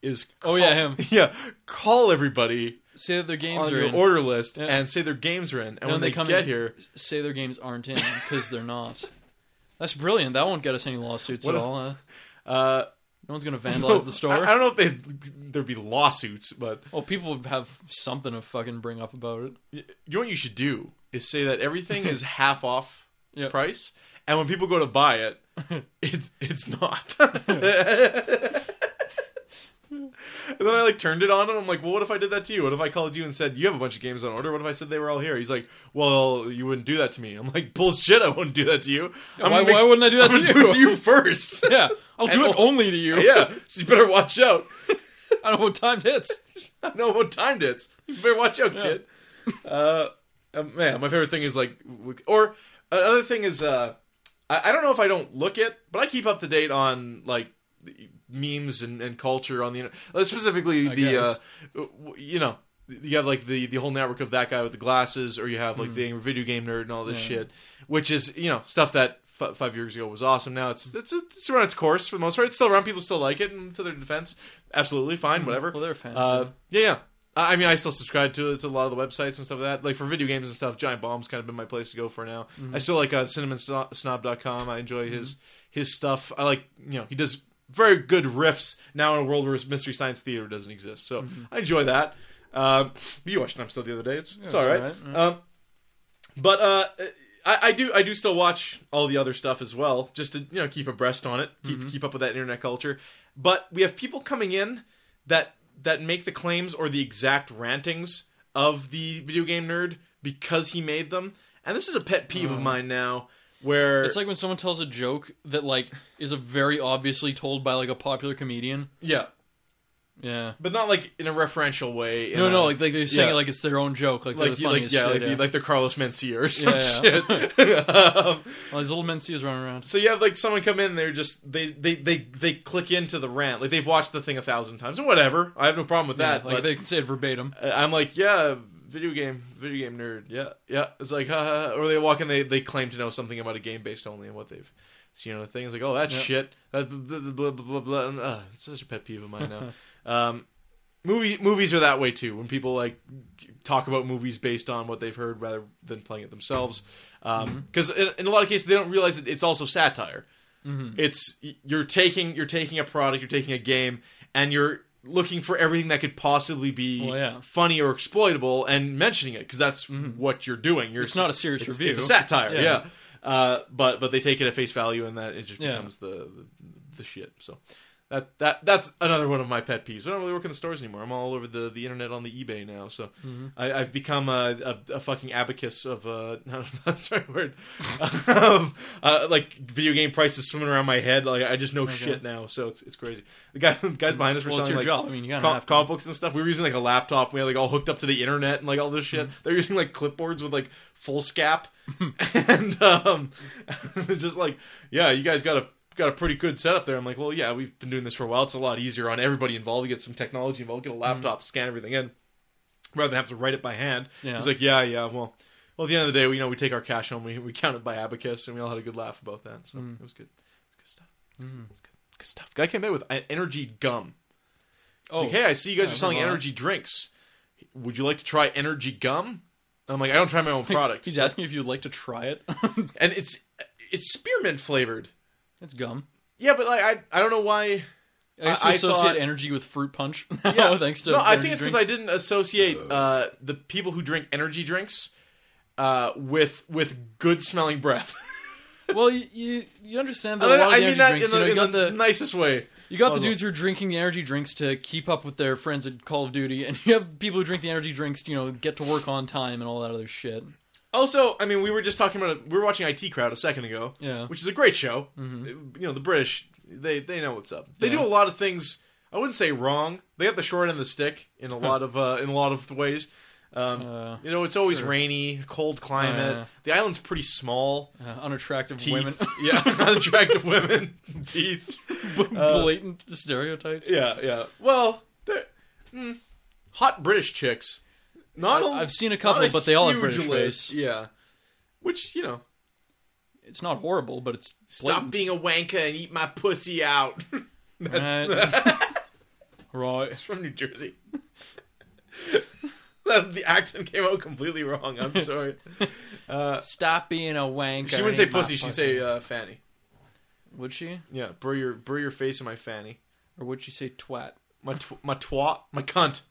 [SPEAKER 2] is
[SPEAKER 1] Oh,
[SPEAKER 2] call-
[SPEAKER 1] yeah, him.
[SPEAKER 2] yeah call everybody
[SPEAKER 1] Say that their games
[SPEAKER 2] on
[SPEAKER 1] are
[SPEAKER 2] your
[SPEAKER 1] in.
[SPEAKER 2] order list
[SPEAKER 1] Yeah.
[SPEAKER 2] and say their games are in, and when
[SPEAKER 1] they
[SPEAKER 2] they,
[SPEAKER 1] come
[SPEAKER 2] get
[SPEAKER 1] in-
[SPEAKER 2] here,
[SPEAKER 1] Say their games aren't in because they're not. That's brilliant. That won't get us any lawsuits
[SPEAKER 2] What
[SPEAKER 1] at
[SPEAKER 2] a-
[SPEAKER 1] all. Uh,
[SPEAKER 2] uh,
[SPEAKER 1] No one's gonna vandalize the store.
[SPEAKER 2] I, I don't know if they there'd be lawsuits, but
[SPEAKER 1] well, people would have something to fucking bring up about it.
[SPEAKER 2] you know what you should do is say that everything is half off
[SPEAKER 1] Yep.
[SPEAKER 2] price, and when people go to buy it, it's it's not. and then I like turned it on him. I'm like, well, what if I did that to you? What if I called you and said you have a bunch of games on order? What if I said they were all here? He's like, well, you wouldn't do that to me. I'm like, bullshit, I wouldn't do that to you.
[SPEAKER 1] Why,
[SPEAKER 2] I'm gonna make-
[SPEAKER 1] why wouldn't I do that
[SPEAKER 2] I'm
[SPEAKER 1] to, you?
[SPEAKER 2] gonna do it to you first?
[SPEAKER 1] Yeah, I'll do
[SPEAKER 2] And
[SPEAKER 1] it only to you.
[SPEAKER 2] yeah, so you better watch out.
[SPEAKER 1] I don't know what time it hits.
[SPEAKER 2] I know what time it's. You better watch out, kid. Uh, uh, man, my favorite thing is like, w- or another thing is, uh, I, I don't know if I don't look it, but I keep up to date on like memes and, and culture on the internet. Uh, Specifically,
[SPEAKER 1] I
[SPEAKER 2] the uh,
[SPEAKER 1] guess.
[SPEAKER 2] w- you know, you have like the the whole network of that guy with the glasses, or you have like the angry video game nerd and all this
[SPEAKER 1] Mm-hmm. Yeah.
[SPEAKER 2] shit, which is you know stuff that. f- Five years ago was awesome. Now it's it's it's run its course for the most part. It's still around. People still like it, and to their defense, absolutely fine. Whatever.
[SPEAKER 1] Mm-hmm. Well, they're fans.
[SPEAKER 2] Uh,
[SPEAKER 1] yeah.
[SPEAKER 2] yeah, yeah. I I mean, I still subscribe to to a lot of the websites and stuff like that. Like for video games and stuff, Giant Bomb's kind of been my place to go for now. I still like uh, CinnamonSnob.com. I enjoy his his stuff. I like you know he does very good riffs now in a world where Mystery Science Theater doesn't exist. So I enjoy that. Um, you watched Numb Still the other day. It's, it's
[SPEAKER 1] it's
[SPEAKER 2] all right.
[SPEAKER 1] all right,
[SPEAKER 2] Um, but uh, I, I do I do still watch all the other stuff as well, just to you know keep abreast on it, keep
[SPEAKER 1] Mm-hmm.
[SPEAKER 2] keep up with that internet culture. But we have people coming in that that make the claims or the exact rantings of the video game nerd because he made them, and this is a pet peeve of mine now. Where
[SPEAKER 1] Oh. It's like when someone tells a joke that like is a very obviously told by like a popular comedian.
[SPEAKER 2] yeah,
[SPEAKER 1] Yeah.
[SPEAKER 2] but not like in a referential way. in
[SPEAKER 1] No,
[SPEAKER 2] a-
[SPEAKER 1] no, like, like they're saying
[SPEAKER 2] yeah.
[SPEAKER 1] it like it's their own joke, like, they're
[SPEAKER 2] like
[SPEAKER 1] the
[SPEAKER 2] you- like,
[SPEAKER 1] funniest
[SPEAKER 2] yeah, like,
[SPEAKER 1] shit. yeah.
[SPEAKER 2] you- like they're Carlos Mencia or some
[SPEAKER 1] Yeah,
[SPEAKER 2] shit. um,
[SPEAKER 1] All these little mensees running around.
[SPEAKER 2] So you have like someone come in, they're just they they they they click into the rant, like they've watched the thing a thousand times and whatever. I have no problem with that.
[SPEAKER 1] yeah, like
[SPEAKER 2] but
[SPEAKER 1] they can say it verbatim.
[SPEAKER 2] I'm like, yeah, video game, video game nerd, yeah, yeah. It's like, haha. or they walk in, they they claim to know something about a game based only on what they've seen on the thing. It's like, oh, that's
[SPEAKER 1] Yeah.
[SPEAKER 2] shit. That blah blah blah blah. blah. And, uh, it's such a pet peeve of mine now. um, movie movies are that way too. When people like talk about movies based on what they've heard rather than playing it themselves, because
[SPEAKER 1] Mm-hmm.
[SPEAKER 2] in, in a lot of cases they don't realize that it's also satire.
[SPEAKER 1] Mm-hmm.
[SPEAKER 2] It's you're taking you're taking a product, you're taking a game, and you're looking for everything that could possibly be
[SPEAKER 1] Well, yeah. Mm-hmm.
[SPEAKER 2] funny or exploitable and mentioning it because that's what you're doing. You're
[SPEAKER 1] It's not a serious
[SPEAKER 2] it's-
[SPEAKER 1] review.
[SPEAKER 2] It's a satire. Yeah.
[SPEAKER 1] Yeah.
[SPEAKER 2] Uh, but but they take it at face value and that it just
[SPEAKER 1] Yeah.
[SPEAKER 2] becomes the, the the shit. So that that that's another one of my pet peeves. I don't really work in the stores anymore. I'm all over the, the internet on the eBay now. So
[SPEAKER 1] Mm-hmm.
[SPEAKER 2] I, I've become a, a, a fucking abacus of uh, no, that's the right word. um, uh, like video game prices swimming around my head. Like I just know shit now. So it's it's crazy. The guy the guys behind us were
[SPEAKER 1] Well, it's
[SPEAKER 2] selling
[SPEAKER 1] your
[SPEAKER 2] like
[SPEAKER 1] job. I mean, you gotta
[SPEAKER 2] com-
[SPEAKER 1] have to.
[SPEAKER 2] comic books and stuff. We were using like a laptop. We had like all hooked up to the internet and like all this
[SPEAKER 1] Mm-hmm.
[SPEAKER 2] shit. They're using like clipboards with like full scap, and um, just like yeah, you guys got a got a pretty good setup there. I'm like, well, yeah, we've been doing this for a while. It's a lot easier on everybody involved. You get some technology involved.
[SPEAKER 1] Mm-hmm.
[SPEAKER 2] Get a laptop, scan everything in, rather than have to write it by hand.
[SPEAKER 1] Yeah.
[SPEAKER 2] He's like, yeah, yeah, well. Well, at the end of the day, we you know we take our cash home. We, we count it by abacus, and we all had a good laugh about that. So
[SPEAKER 1] Mm-hmm.
[SPEAKER 2] it was good. It's good stuff. It's good. It's good. Good stuff. Guy came in with uh, energy gum. It's
[SPEAKER 1] Oh,
[SPEAKER 2] like, hey, I see you guys
[SPEAKER 1] yeah,
[SPEAKER 2] are selling
[SPEAKER 1] I remember
[SPEAKER 2] energy drinks. Would you like to try energy gum? And I'm like, I don't try my own product.
[SPEAKER 1] He's asking if you'd like to try it.
[SPEAKER 2] and it's it's spearmint flavored.
[SPEAKER 1] it's gum.
[SPEAKER 2] Yeah, but like I I don't know why.
[SPEAKER 1] I guess
[SPEAKER 2] I-
[SPEAKER 1] we
[SPEAKER 2] I
[SPEAKER 1] associate
[SPEAKER 2] thought-
[SPEAKER 1] energy with fruit punch. now,
[SPEAKER 2] Yeah,
[SPEAKER 1] Oh, thanks to
[SPEAKER 2] no, I
[SPEAKER 1] energy
[SPEAKER 2] think it's because I
[SPEAKER 1] drinks.
[SPEAKER 2] didn't associate uh, the people who drink energy drinks uh, with with good smelling breath.
[SPEAKER 1] Well, you, you you understand
[SPEAKER 2] I,
[SPEAKER 1] that a lot of the
[SPEAKER 2] I
[SPEAKER 1] energy
[SPEAKER 2] mean that
[SPEAKER 1] drinks.
[SPEAKER 2] in, the,
[SPEAKER 1] you know,
[SPEAKER 2] in
[SPEAKER 1] you got
[SPEAKER 2] the
[SPEAKER 1] the
[SPEAKER 2] nicest way.
[SPEAKER 1] you got the
[SPEAKER 2] possible.
[SPEAKER 1] dudes who are drinking the energy drinks to keep up with their friends at Call of Duty, and you have people who drink the energy drinks to you know get to work on time and all that other shit.
[SPEAKER 2] Also, I mean, we were just talking about we were watching IT Crowd a second ago,
[SPEAKER 1] Yeah. Mm-hmm.
[SPEAKER 2] which is a great show. You know, the British they they know what's up. They
[SPEAKER 1] Yeah.
[SPEAKER 2] do a lot of things. I wouldn't say wrong. They got the short end of the stick in a lot of uh, in a lot of ways. Um,
[SPEAKER 1] Uh,
[SPEAKER 2] you know, it's always
[SPEAKER 1] sure. Oh,
[SPEAKER 2] rainy, cold climate.
[SPEAKER 1] Yeah.
[SPEAKER 2] the island's pretty small.
[SPEAKER 1] Uh, unattractive
[SPEAKER 2] Teeth,
[SPEAKER 1] women,
[SPEAKER 2] yeah, unattractive women, teeth. Uh,
[SPEAKER 1] blatant stereotypes.
[SPEAKER 2] Yeah, yeah. Well, they're- mm, hot British chicks. Not
[SPEAKER 1] I-
[SPEAKER 2] a-
[SPEAKER 1] I've seen a
[SPEAKER 2] not
[SPEAKER 1] couple, but they all have
[SPEAKER 2] huge
[SPEAKER 1] British
[SPEAKER 2] list.
[SPEAKER 1] face.
[SPEAKER 2] Yeah, which you know.
[SPEAKER 1] It's not horrible, but it's
[SPEAKER 2] Stop
[SPEAKER 1] blatant.
[SPEAKER 2] being a wanker and eat my pussy out.
[SPEAKER 1] right. Uh, right.
[SPEAKER 2] It's from New Jersey. That- the accent came out completely wrong. I'm sorry.
[SPEAKER 1] Stop being a wanker.
[SPEAKER 2] Uh, She wouldn't say
[SPEAKER 1] ain't my
[SPEAKER 2] pussy. She'd say uh, fanny.
[SPEAKER 1] Would she?
[SPEAKER 2] Yeah, brew your brew your face in my fanny.
[SPEAKER 1] or would she say twat?
[SPEAKER 2] My tw- my twat, my cunt,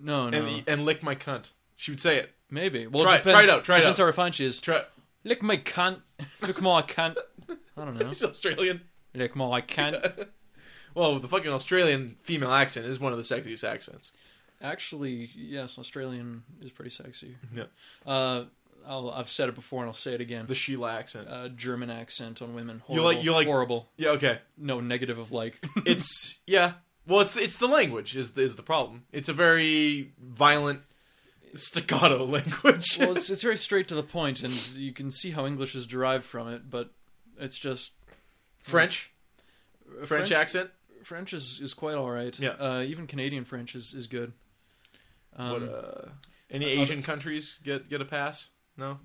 [SPEAKER 1] No, no,
[SPEAKER 2] and and lick my cunt. She would say it.
[SPEAKER 1] maybe. Well,
[SPEAKER 2] Try
[SPEAKER 1] it
[SPEAKER 2] it, try
[SPEAKER 1] depends.
[SPEAKER 2] it out, try it
[SPEAKER 1] depends
[SPEAKER 2] out.
[SPEAKER 1] how refined she is.
[SPEAKER 2] Try.
[SPEAKER 1] Lick my cunt. Lick my cunt. I don't know.
[SPEAKER 2] He's Australian.
[SPEAKER 1] Lick my cunt.
[SPEAKER 2] Well, the fucking Australian female accent is one of the sexiest accents.
[SPEAKER 1] Actually, yes, Australian is pretty sexy.
[SPEAKER 2] Yeah.
[SPEAKER 1] Uh, I'll, I've said it before and I'll say it again.
[SPEAKER 2] The Sheila accent.
[SPEAKER 1] uh, German accent on women.
[SPEAKER 2] You
[SPEAKER 1] Horrible.
[SPEAKER 2] like- you like-
[SPEAKER 1] horrible.
[SPEAKER 2] yeah. Okay.
[SPEAKER 1] No negative of like.
[SPEAKER 2] It's yeah. Well, it's it's the language is the, is the problem. It's a very violent staccato language.
[SPEAKER 1] well, it's, it's very straight to the point, and you can see how English is derived from it, but it's just uh,
[SPEAKER 2] French, French,
[SPEAKER 1] French
[SPEAKER 2] accent.
[SPEAKER 1] French is, is quite all right.
[SPEAKER 2] Yeah.
[SPEAKER 1] Uh, even Canadian French is, is good. Um,
[SPEAKER 2] what, uh, any
[SPEAKER 1] uh,
[SPEAKER 2] Asian countries get get a pass? No,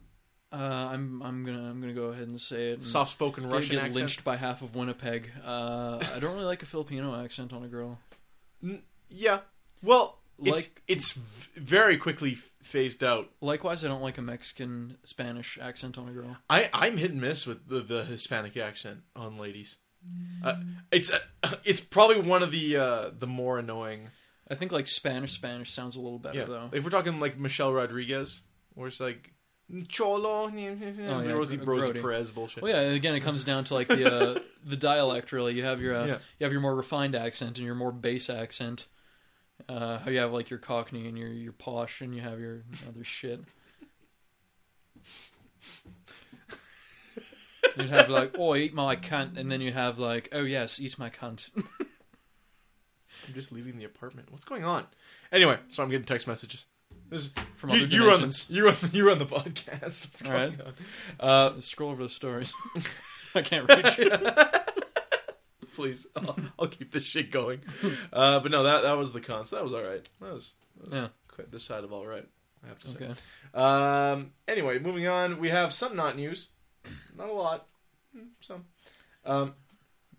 [SPEAKER 1] uh, I'm I'm gonna I'm gonna go ahead and say it. and
[SPEAKER 2] soft spoken
[SPEAKER 1] get-
[SPEAKER 2] Russian
[SPEAKER 1] Mm. get
[SPEAKER 2] accent.
[SPEAKER 1] lynched by half of Winnipeg. Uh, I don't really like a Filipino accent on a girl.
[SPEAKER 2] Yeah. Well, it's
[SPEAKER 1] Like-
[SPEAKER 2] it's v- very quickly f- phased out.
[SPEAKER 1] Likewise, I don't like a Mexican Spanish accent on a girl.
[SPEAKER 2] I I'm hit and miss with the, the Hispanic accent on ladies. Uh, it's uh, it's probably one of the uh, the more annoying.
[SPEAKER 1] I think like Spanish Spanish sounds a little better
[SPEAKER 2] Yeah,
[SPEAKER 1] though.
[SPEAKER 2] if we're talking like Michelle Rodriguez, where it's like Cholo,
[SPEAKER 1] Oh, yeah,
[SPEAKER 2] Rosie,
[SPEAKER 1] Gr-
[SPEAKER 2] Rosie
[SPEAKER 1] Grody.
[SPEAKER 2] Perez bullshit.
[SPEAKER 1] Well, yeah, and again, it comes down to like the uh, the dialect. Really, you have your uh,
[SPEAKER 2] Yeah.
[SPEAKER 1] you have your more refined accent and your more base accent. Uh, how you have like your Cockney and your your posh, and you have your other shit. you'd have like, "Oh, eat my cunt," and then you have like, "Oh yes, eat my cunt."
[SPEAKER 2] I'm just leaving the apartment. What's going on? Anyway, so I'm getting text messages. This is,
[SPEAKER 1] From
[SPEAKER 2] you,
[SPEAKER 1] other
[SPEAKER 2] you run the
[SPEAKER 1] dimensions.
[SPEAKER 2] you run the, you run the podcast. What's
[SPEAKER 1] All
[SPEAKER 2] going on? Uh,
[SPEAKER 1] Let's scroll over the stories. I can't reach. it.
[SPEAKER 2] Please, I'll, I'll keep this shit going. Uh, but no, that that was the cons. That was all right. That was, that was
[SPEAKER 1] Yeah.
[SPEAKER 2] quite this side of all right. I have to say.
[SPEAKER 1] Okay.
[SPEAKER 2] Um. Anyway, moving on. We have some not news. Not a lot. Hmm, Some. Um.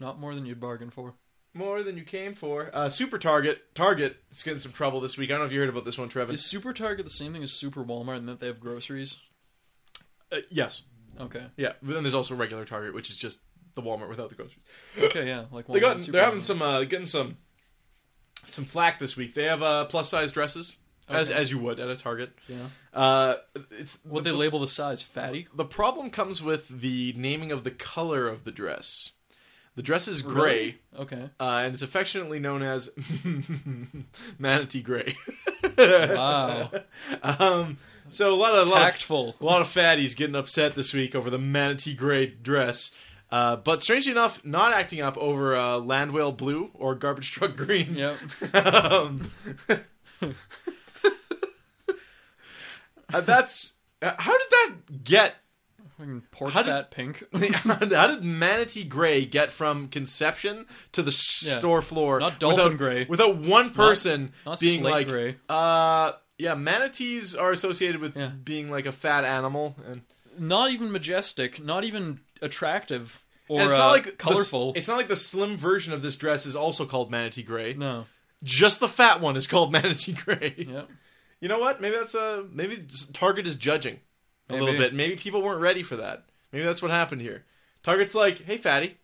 [SPEAKER 1] Not more than you'd bargain for.
[SPEAKER 2] More than you came for. Uh, Super Target. Target is getting some trouble this week. I don't know if you heard about this one, Trevin.
[SPEAKER 1] Is Super Target the same thing as Super Walmart in that they have groceries?
[SPEAKER 2] Uh, yes.
[SPEAKER 1] Okay.
[SPEAKER 2] Yeah. But then there's also regular Target, which is just the Walmart without the groceries.
[SPEAKER 1] Okay. Yeah. Like
[SPEAKER 2] They
[SPEAKER 1] Walmart
[SPEAKER 2] got.
[SPEAKER 1] and Super
[SPEAKER 2] They're having
[SPEAKER 1] Walmart.
[SPEAKER 2] some. Uh, getting some. Some flack this week. They have uh, plus size dresses, as
[SPEAKER 1] Okay.
[SPEAKER 2] as you would at a Target.
[SPEAKER 1] Yeah.
[SPEAKER 2] Uh, it's
[SPEAKER 1] What they
[SPEAKER 2] the,
[SPEAKER 1] label the size fatty?
[SPEAKER 2] the problem comes with the naming of the color of the dress. The dress is gray,
[SPEAKER 1] Okay.
[SPEAKER 2] uh, and it's affectionately known as manatee gray.
[SPEAKER 1] Wow.
[SPEAKER 2] Um, so a lot of a lot of,
[SPEAKER 1] Tactful.
[SPEAKER 2] a lot of fatties getting upset this week over the manatee gray dress. Uh, but strangely enough, not acting up over uh, land whale blue or garbage truck green.
[SPEAKER 1] Yep.
[SPEAKER 2] um, uh, that's uh, how did that get
[SPEAKER 1] Fucking Pork
[SPEAKER 2] How did-
[SPEAKER 1] fat pink.
[SPEAKER 2] how did manatee gray get from conception to the s-
[SPEAKER 1] Yeah.
[SPEAKER 2] store floor
[SPEAKER 1] Not dolphin
[SPEAKER 2] without,
[SPEAKER 1] gray.
[SPEAKER 2] without one person
[SPEAKER 1] not
[SPEAKER 2] being
[SPEAKER 1] slate
[SPEAKER 2] like
[SPEAKER 1] gray.
[SPEAKER 2] uh yeah manatees are associated with
[SPEAKER 1] Yeah.
[SPEAKER 2] being like a fat animal and,
[SPEAKER 1] Not even majestic. Not even attractive or
[SPEAKER 2] and it's not
[SPEAKER 1] uh,
[SPEAKER 2] like the s-
[SPEAKER 1] colorful.
[SPEAKER 2] it's not like the slim version of this dress is also called manatee gray
[SPEAKER 1] no.
[SPEAKER 2] just the fat one is called manatee gray
[SPEAKER 1] Yep.
[SPEAKER 2] You know what? Maybe that's a maybe Target is judging a
[SPEAKER 1] Maybe.
[SPEAKER 2] little bit. Maybe people weren't ready for that. Maybe that's what happened here. Target's like, "Hey, fatty,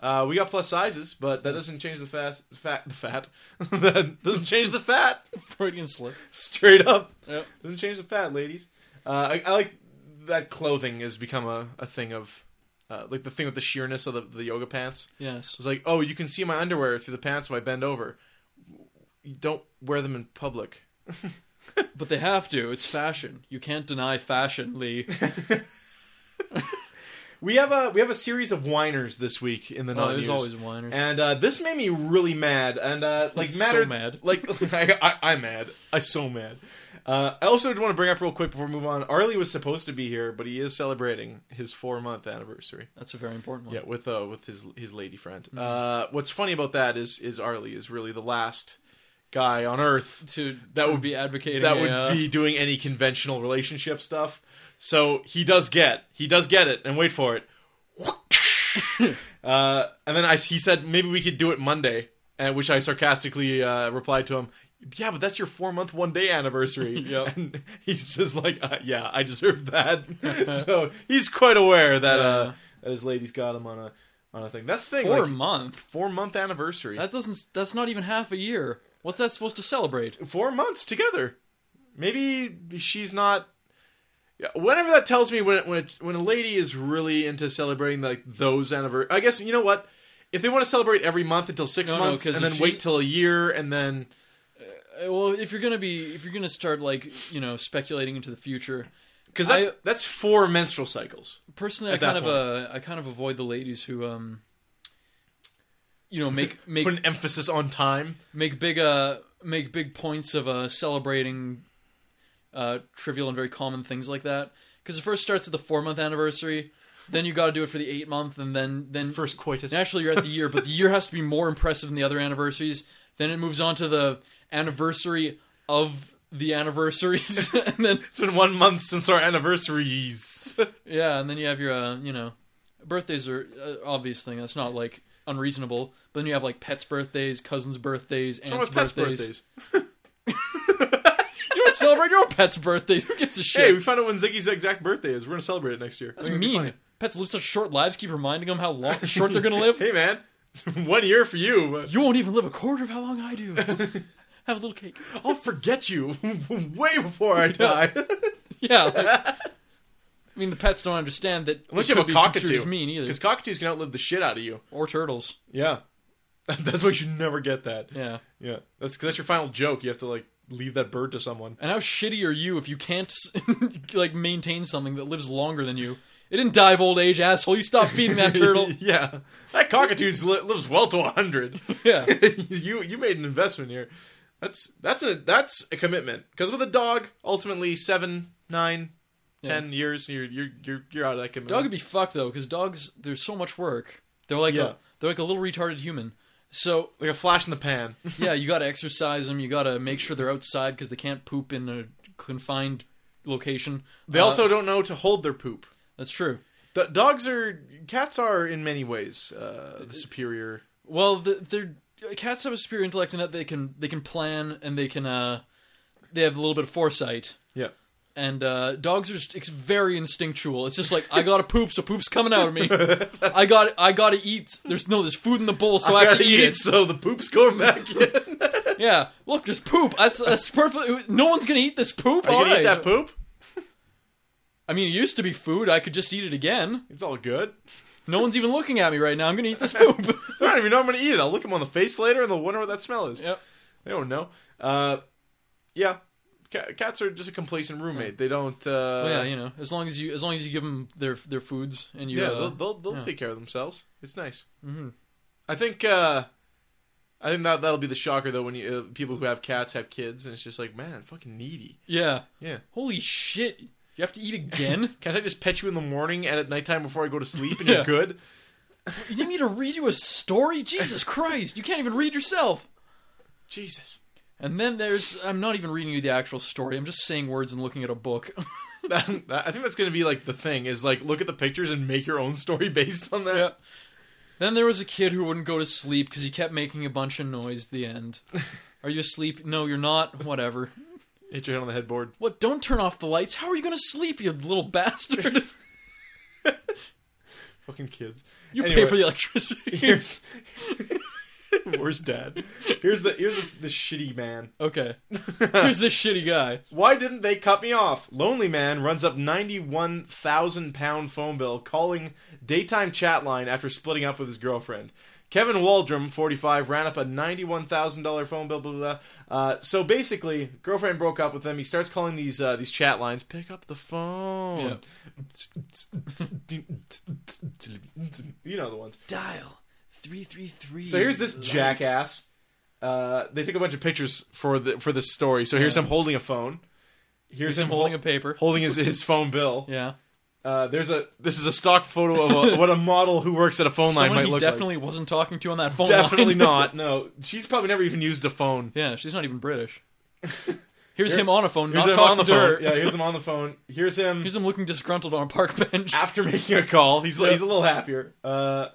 [SPEAKER 2] uh, we got plus sizes, but that doesn't change the fast fat the fat that doesn't change the fat
[SPEAKER 1] Freudian slip.
[SPEAKER 2] straight up
[SPEAKER 1] Yep.
[SPEAKER 2] doesn't change the fat, ladies." Uh, I, I like that clothing has become a, a thing of uh, like the thing with the sheerness of the, the yoga pants.
[SPEAKER 1] Yes.
[SPEAKER 2] It's like, oh, you can see my underwear through the pants if I bend over. You don't wear them in public.
[SPEAKER 1] But they have to. It's fashion. You can't deny fashion, Lee.
[SPEAKER 2] We have a we have a series of whiners this week in the
[SPEAKER 1] Oh,
[SPEAKER 2] non
[SPEAKER 1] there's always whiners.
[SPEAKER 2] and uh, this made me really mad and uh, like
[SPEAKER 1] So
[SPEAKER 2] matter
[SPEAKER 1] mad.
[SPEAKER 2] like I, I, I'm mad I'm so mad. Uh, I also did want to bring up real quick before we move on. Arlie was supposed to be here, but he is celebrating his four month anniversary.
[SPEAKER 1] That's a very important one.
[SPEAKER 2] Yeah, with uh, with his his lady friend.
[SPEAKER 1] Hmm.
[SPEAKER 2] Uh, what's funny about that is is Arlie is really the last guy on Earth
[SPEAKER 1] To
[SPEAKER 2] That
[SPEAKER 1] to
[SPEAKER 2] would-
[SPEAKER 1] be advocating
[SPEAKER 2] that
[SPEAKER 1] a,
[SPEAKER 2] would
[SPEAKER 1] uh,
[SPEAKER 2] be doing any conventional relationship stuff. So he does get he does get it, and wait for it. uh, and then I, he said maybe we could do it Monday, and which I sarcastically uh, replied to him. Yeah, but that's your four month one day anniversary.
[SPEAKER 1] Yep.
[SPEAKER 2] And he's just like, uh, yeah, I deserve that. so he's quite aware that uh, that his lady's got him on a on a thing. That's the thing.
[SPEAKER 1] For a
[SPEAKER 2] like,
[SPEAKER 1] month.
[SPEAKER 2] four month anniversary.
[SPEAKER 1] That doesn't. That's not even half a year. What's that supposed to celebrate?
[SPEAKER 2] four months together. Maybe she's not. Yeah, Whatever that tells me when it, when it, when a lady is really into celebrating like those anniversary, I guess you know what. If they want to celebrate every month until six
[SPEAKER 1] No, no,
[SPEAKER 2] months
[SPEAKER 1] 'cause
[SPEAKER 2] and
[SPEAKER 1] if
[SPEAKER 2] then wait
[SPEAKER 1] she's-
[SPEAKER 2] till a year and then
[SPEAKER 1] Uh, Well, if you're gonna be, if you're gonna start like you know speculating into the future,
[SPEAKER 2] because that's
[SPEAKER 1] I-
[SPEAKER 2] that's four menstrual cycles.
[SPEAKER 1] personally, I
[SPEAKER 2] At that
[SPEAKER 1] kind of uh, I kind of avoid the ladies who um, you know, make make
[SPEAKER 2] Put an emphasis on time.
[SPEAKER 1] make big uh make big points of uh celebrating uh trivial and very common things like that because it first starts at the four month anniversary then you got to do it for the eight month and then then
[SPEAKER 2] First coitus.
[SPEAKER 1] naturally you're at the year but the year has to be more impressive than the other anniversaries then it moves on to the anniversary of the anniversaries and then
[SPEAKER 2] It's been one month since our anniversaries.
[SPEAKER 1] yeah and then you have your uh you know birthdays are uh, obvious thing that's not like unreasonable but then you have like pets birthdays cousins birthdays aunts
[SPEAKER 2] What's pets
[SPEAKER 1] birthdays
[SPEAKER 2] birthdays?
[SPEAKER 1] You don't celebrate your own pet's birthdays. Who gives a
[SPEAKER 2] Hey,
[SPEAKER 1] shit?
[SPEAKER 2] we found out when Ziggy's exact birthday is. We're gonna celebrate it next year.
[SPEAKER 1] That's
[SPEAKER 2] I think it'd be
[SPEAKER 1] mean. Pets live such short lives. Keep reminding them how long, short they're gonna
[SPEAKER 2] funny.
[SPEAKER 1] live.
[SPEAKER 2] Hey, man, one year for you. but-
[SPEAKER 1] You won't even live a quarter of how long I do. Have a little cake.
[SPEAKER 2] I'll forget you way before I die.
[SPEAKER 1] Yeah. like- I mean, the pets don't understand that.
[SPEAKER 2] Unless
[SPEAKER 1] it
[SPEAKER 2] you have
[SPEAKER 1] could
[SPEAKER 2] a
[SPEAKER 1] be construed
[SPEAKER 2] cockatoo.
[SPEAKER 1] as mean either,
[SPEAKER 2] Because cockatoos can outlive the shit out of you.
[SPEAKER 1] or turtles.
[SPEAKER 2] Yeah. That's why you should never get that.
[SPEAKER 1] Yeah.
[SPEAKER 2] Yeah. That's 'cause that's your final joke. You have to, like, leave that bird to someone.
[SPEAKER 1] And how shitty are you if you can't like maintain something that lives longer than you? It didn't die of old age, asshole. You stopped feeding that turtle.
[SPEAKER 2] yeah. That cockatoo li- lives well to 100.
[SPEAKER 1] Yeah.
[SPEAKER 2] you you made an investment here. That's that's a that's a commitment. Because with a dog, ultimately seven, nine,
[SPEAKER 1] Yeah.
[SPEAKER 2] ten years, you're you're you're you're out of that commitment.
[SPEAKER 1] Dog would be fucked though, because dogs there's so much work. They're like
[SPEAKER 2] Yeah.
[SPEAKER 1] a, they're like a little retarded human. So
[SPEAKER 2] like a flash in the pan.
[SPEAKER 1] yeah, you got to exercise them. You got to make sure they're outside because they can't poop in a confined location.
[SPEAKER 2] They
[SPEAKER 1] Uh,
[SPEAKER 2] also don't know to hold their poop.
[SPEAKER 1] that's true.
[SPEAKER 2] Do- dogs are cats are in many ways uh, the superior.
[SPEAKER 1] Well, the, they're cats have a superior intellect in that they can they can plan and they can uh they have a little bit of foresight.
[SPEAKER 2] Yeah.
[SPEAKER 1] And uh, dogs are just, it's very instinctual. It's just like I gotta poop, so poop's coming out of me. I got I gotta eat. There's no there's food in the bowl, so I, have to eat, it.
[SPEAKER 2] so the poop's going back in.
[SPEAKER 1] Yeah, look, there's poop. That's, that's perfect. No one's gonna eat this poop.
[SPEAKER 2] Are you
[SPEAKER 1] All
[SPEAKER 2] gonna
[SPEAKER 1] right.
[SPEAKER 2] eat that poop?
[SPEAKER 1] I mean, it used to be food. I could just eat it again.
[SPEAKER 2] It's all good.
[SPEAKER 1] No one's even looking at me right now. I'm gonna eat this poop.
[SPEAKER 2] I don't even know I'm gonna eat it. I'll look them on the face later and they'll wonder what that smell is.
[SPEAKER 1] yep.
[SPEAKER 2] They don't know. Uh, yeah, Ca- cats are just a complacent roommate. They don't. Uh,
[SPEAKER 1] Well, yeah, you know, as long as you as long as you give them their their foods and you
[SPEAKER 2] yeah, Mm-hmm.
[SPEAKER 1] uh,
[SPEAKER 2] they'll they'll, they'll
[SPEAKER 1] yeah.
[SPEAKER 2] take care of themselves. It's nice.
[SPEAKER 1] Mhm.
[SPEAKER 2] I think. Uh, I think that that'll be the shocker though when you, uh, people who have cats have kids and it's just like man, fucking needy.
[SPEAKER 1] yeah.
[SPEAKER 2] Yeah.
[SPEAKER 1] Holy shit! You have to eat again.
[SPEAKER 2] Can't I just pet you in the morning and at nighttime before I go to sleep and you're
[SPEAKER 1] Yeah.
[SPEAKER 2] good?
[SPEAKER 1] you need me to read you a story? Jesus Christ! You can't even read yourself.
[SPEAKER 2] Jesus.
[SPEAKER 1] And then there's I'm not even reading you the actual story. I'm just saying words and looking at a book.
[SPEAKER 2] That, that- I think that's going to be like the thing is like look at the pictures and make your own story based on that.
[SPEAKER 1] Yeah. Then there was a kid who wouldn't go to sleep because he kept making a bunch of noise. The end. Are you asleep? No, you're not. Whatever.
[SPEAKER 2] Hit your head on the headboard.
[SPEAKER 1] What? Don't turn off the lights. How are you going to sleep, you little bastard?
[SPEAKER 2] Fucking kids.
[SPEAKER 1] You
[SPEAKER 2] Anyway.
[SPEAKER 1] pay for the electricity.
[SPEAKER 2] Here's Where's dad? Here's the here's this, this shitty man.
[SPEAKER 1] okay. Here's this shitty guy.
[SPEAKER 2] Why didn't they cut me off? Lonely man runs up ninety one thousand pound phone bill calling daytime chat line after splitting up with his girlfriend. Kevin Waldrum, forty five, ran up a ninety one thousand dollar phone bill. Blah, blah, blah. Uh, so basically, girlfriend broke up with him. He starts calling these uh, these chat lines. Pick up the phone. you know the ones.
[SPEAKER 1] Dial three three three.
[SPEAKER 2] So here's this jackass. Uh, they took a bunch of pictures for the for this story. So here's
[SPEAKER 1] Yeah.
[SPEAKER 2] him holding a phone. Here's,
[SPEAKER 1] Here's him holding a paper.
[SPEAKER 2] holding his his phone bill.
[SPEAKER 1] Yeah.
[SPEAKER 2] Uh, there's a this is a stock photo of a, what a model who works at a phone line
[SPEAKER 1] Someone
[SPEAKER 2] might
[SPEAKER 1] he
[SPEAKER 2] look
[SPEAKER 1] definitely wasn't talking to on that phone.
[SPEAKER 2] like. Definitely
[SPEAKER 1] line.
[SPEAKER 2] not. No, she's probably never even used a phone.
[SPEAKER 1] Yeah, she's not even British. Here's
[SPEAKER 2] Here-
[SPEAKER 1] him on a phone,
[SPEAKER 2] Here's
[SPEAKER 1] not
[SPEAKER 2] him on
[SPEAKER 1] talking
[SPEAKER 2] the
[SPEAKER 1] to her.
[SPEAKER 2] phone. Yeah, here's him on the phone. Here's him
[SPEAKER 1] Here's him looking disgruntled on a park bench.
[SPEAKER 2] after making a call. He's
[SPEAKER 1] Yeah.
[SPEAKER 2] he's a little happier. Uh,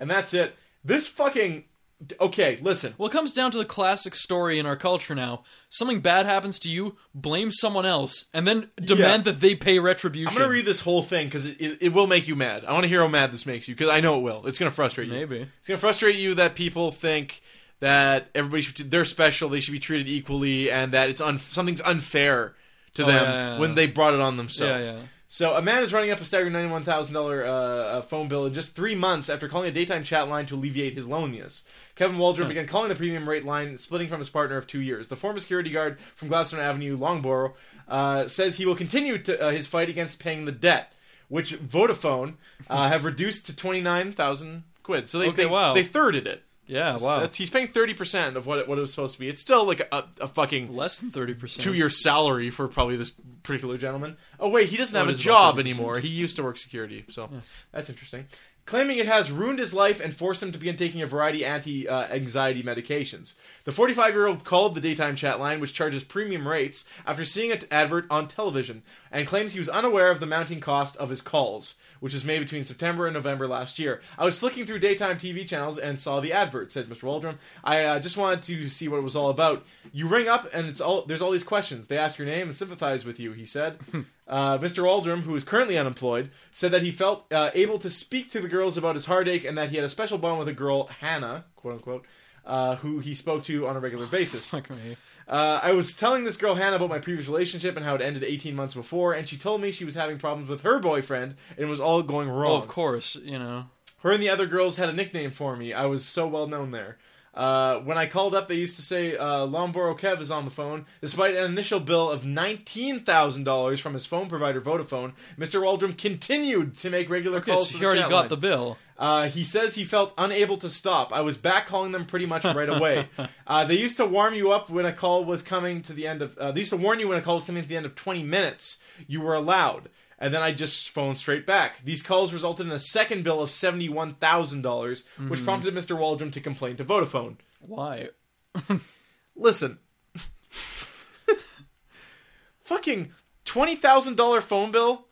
[SPEAKER 2] and that's it. This fucking D- Okay, listen.
[SPEAKER 1] Well, it comes down to the classic story in our culture now. Something bad happens to you, blame someone else, and then demand that they pay retribution.
[SPEAKER 2] I'm gonna read this whole thing because it, it, it will make you mad. I want to hear how mad this makes you because I know it will. It's gonna frustrate you.
[SPEAKER 1] Maybe.
[SPEAKER 2] It's gonna frustrate you that people think that everybody should, they're special, they should be treated equally, and that it's un, something's unfair to
[SPEAKER 1] Oh,
[SPEAKER 2] them
[SPEAKER 1] yeah, yeah, yeah.
[SPEAKER 2] when they brought it on
[SPEAKER 1] Yeah,
[SPEAKER 2] themselves.
[SPEAKER 1] yeah.
[SPEAKER 2] So a man is running up a staggering ninety-one thousand uh, uh, phone bill in just three months after calling a daytime chat line to alleviate his loneliness. Kevin Waldron began calling the premium rate line, splitting from his partner of two years. The former security guard from Gladstone Avenue, Longborough, uh, says he will continue to, uh, his fight against paying the debt, which Vodafone uh, have reduced to twenty-nine thousand quid. So they
[SPEAKER 1] Okay,
[SPEAKER 2] they,
[SPEAKER 1] wow.
[SPEAKER 2] they thirded it.
[SPEAKER 1] Yeah, wow.
[SPEAKER 2] That's, he's paying thirty percent of what it, what it was supposed to be. It's still like a, a fucking
[SPEAKER 1] Less than 30%.
[SPEAKER 2] two year salary for probably this particular gentleman. Oh wait, he doesn't
[SPEAKER 1] Oh,
[SPEAKER 2] have
[SPEAKER 1] it
[SPEAKER 2] a
[SPEAKER 1] is about
[SPEAKER 2] job
[SPEAKER 1] 30%.
[SPEAKER 2] anymore. He used to work security, so that's interesting. Claiming it has ruined his life and forced him to begin taking a variety of anti uh, anxiety medications. The 45 year old called the daytime chat line, which charges premium rates, after seeing an advert on television, and claims he was unaware of the mounting cost of his calls, which was made between September and November last year. I was flicking through daytime TV channels and saw the advert, said Mr. Waldron. I uh, just wanted to see what it was all about. You ring up and it's all there's all these questions. They ask your name and sympathize with you, he said. uh, Mr. Waldron, who is currently unemployed, said that he felt uh, able to speak to the girls about his heartache and that he had a special bond with a girl, Hannah, quote unquote, uh, who he spoke to on a regular basis.
[SPEAKER 1] Fuck me.
[SPEAKER 2] Uh, I was telling this girl Hannah about my previous relationship and how it ended 18 months before, and she told me she was having problems with her boyfriend and it was all going wrong.
[SPEAKER 1] Oh, of course, you know.
[SPEAKER 2] Her and the other girls had a nickname for me. I was so well known there. Uh, when I called up, they used to say uh, Lomboro Kev is on the phone. Despite an initial bill of $19,000 from his phone provider Vodafone, Mr. Waldron continued to make regular
[SPEAKER 1] Okay,
[SPEAKER 2] calls
[SPEAKER 1] so
[SPEAKER 2] to
[SPEAKER 1] you
[SPEAKER 2] the
[SPEAKER 1] already
[SPEAKER 2] chat
[SPEAKER 1] got
[SPEAKER 2] line.
[SPEAKER 1] the bill.
[SPEAKER 2] Uh, he says he felt unable to stop. I was back calling them pretty much right away. uh, they used to warm you up when a call was coming to the end of. Uh, they used to warn you when a call was coming to the end of 20 minutes. You were allowed. And then I just phoned straight back. These calls resulted in a second bill of $71,000, which prompted Mr. Waldron to complain to Vodafone.
[SPEAKER 1] Why?
[SPEAKER 2] Listen. Fucking $20,000 phone bill,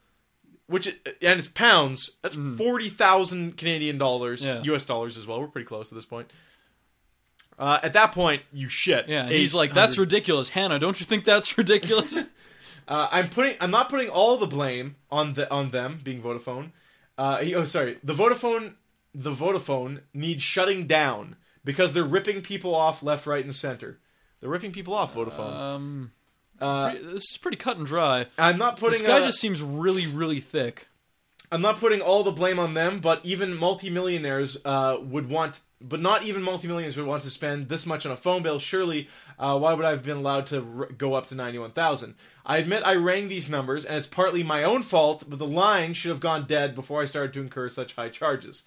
[SPEAKER 2] which, and it's pounds, that's 40,000 Canadian dollars,
[SPEAKER 1] Mm. Yeah.
[SPEAKER 2] US dollars as well. We're pretty close at this point. Uh, at that point, you shit.
[SPEAKER 1] Yeah, and he's like, that's
[SPEAKER 2] 800.
[SPEAKER 1] ridiculous. Hannah, don't you think that's ridiculous?
[SPEAKER 2] Uh, I'm putting. I'm not putting all the blame on the on them being Vodafone. Uh, he- oh, sorry. The Vodafone. The Vodafone needs shutting down because they're ripping people off left, right, and center. They're ripping people off. Vodafone.
[SPEAKER 1] um,
[SPEAKER 2] Uh,
[SPEAKER 1] pretty- this is pretty cut and dry.
[SPEAKER 2] I'm not putting.
[SPEAKER 1] This guy
[SPEAKER 2] uh,
[SPEAKER 1] just seems really, really thick.
[SPEAKER 2] I'm not putting all the blame on them, but even multimillionaires uh, would want, but not even multimillionaires would want to spend this much on a phone bill. Surely, uh, why would I have been allowed to r- go up to ninety-one thousand? I admit I rang these numbers, and it's partly my own fault. But the line should have gone dead before I started to incur such high charges.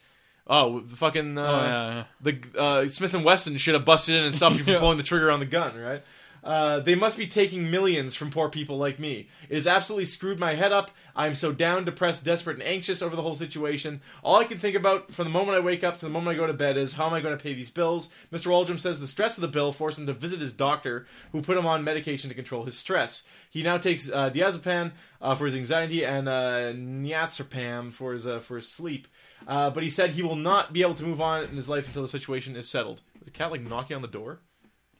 [SPEAKER 2] Oh, the fucking uh,
[SPEAKER 1] oh, yeah, yeah.
[SPEAKER 2] the uh, Smith and Wesson should have busted in and stopped you from
[SPEAKER 1] Yeah.
[SPEAKER 2] pulling the trigger on the gun, right? Uh, they must be taking millions from poor people like me. It has absolutely screwed my head up. I am so down, depressed, desperate, and anxious over the whole situation. All I can think about from the moment I wake up to the moment I go to bed is how am I going to pay these bills? Mr. Waldrum says the stress of the bill forced him to visit his doctor, who put him on medication to control his stress. He now takes uh, diazepam uh, for his anxiety and uh, niazepam for his uh, for his sleep. Uh, but he said he will not be able to move on in his life until the situation is settled. Is the cat like knocking on the door?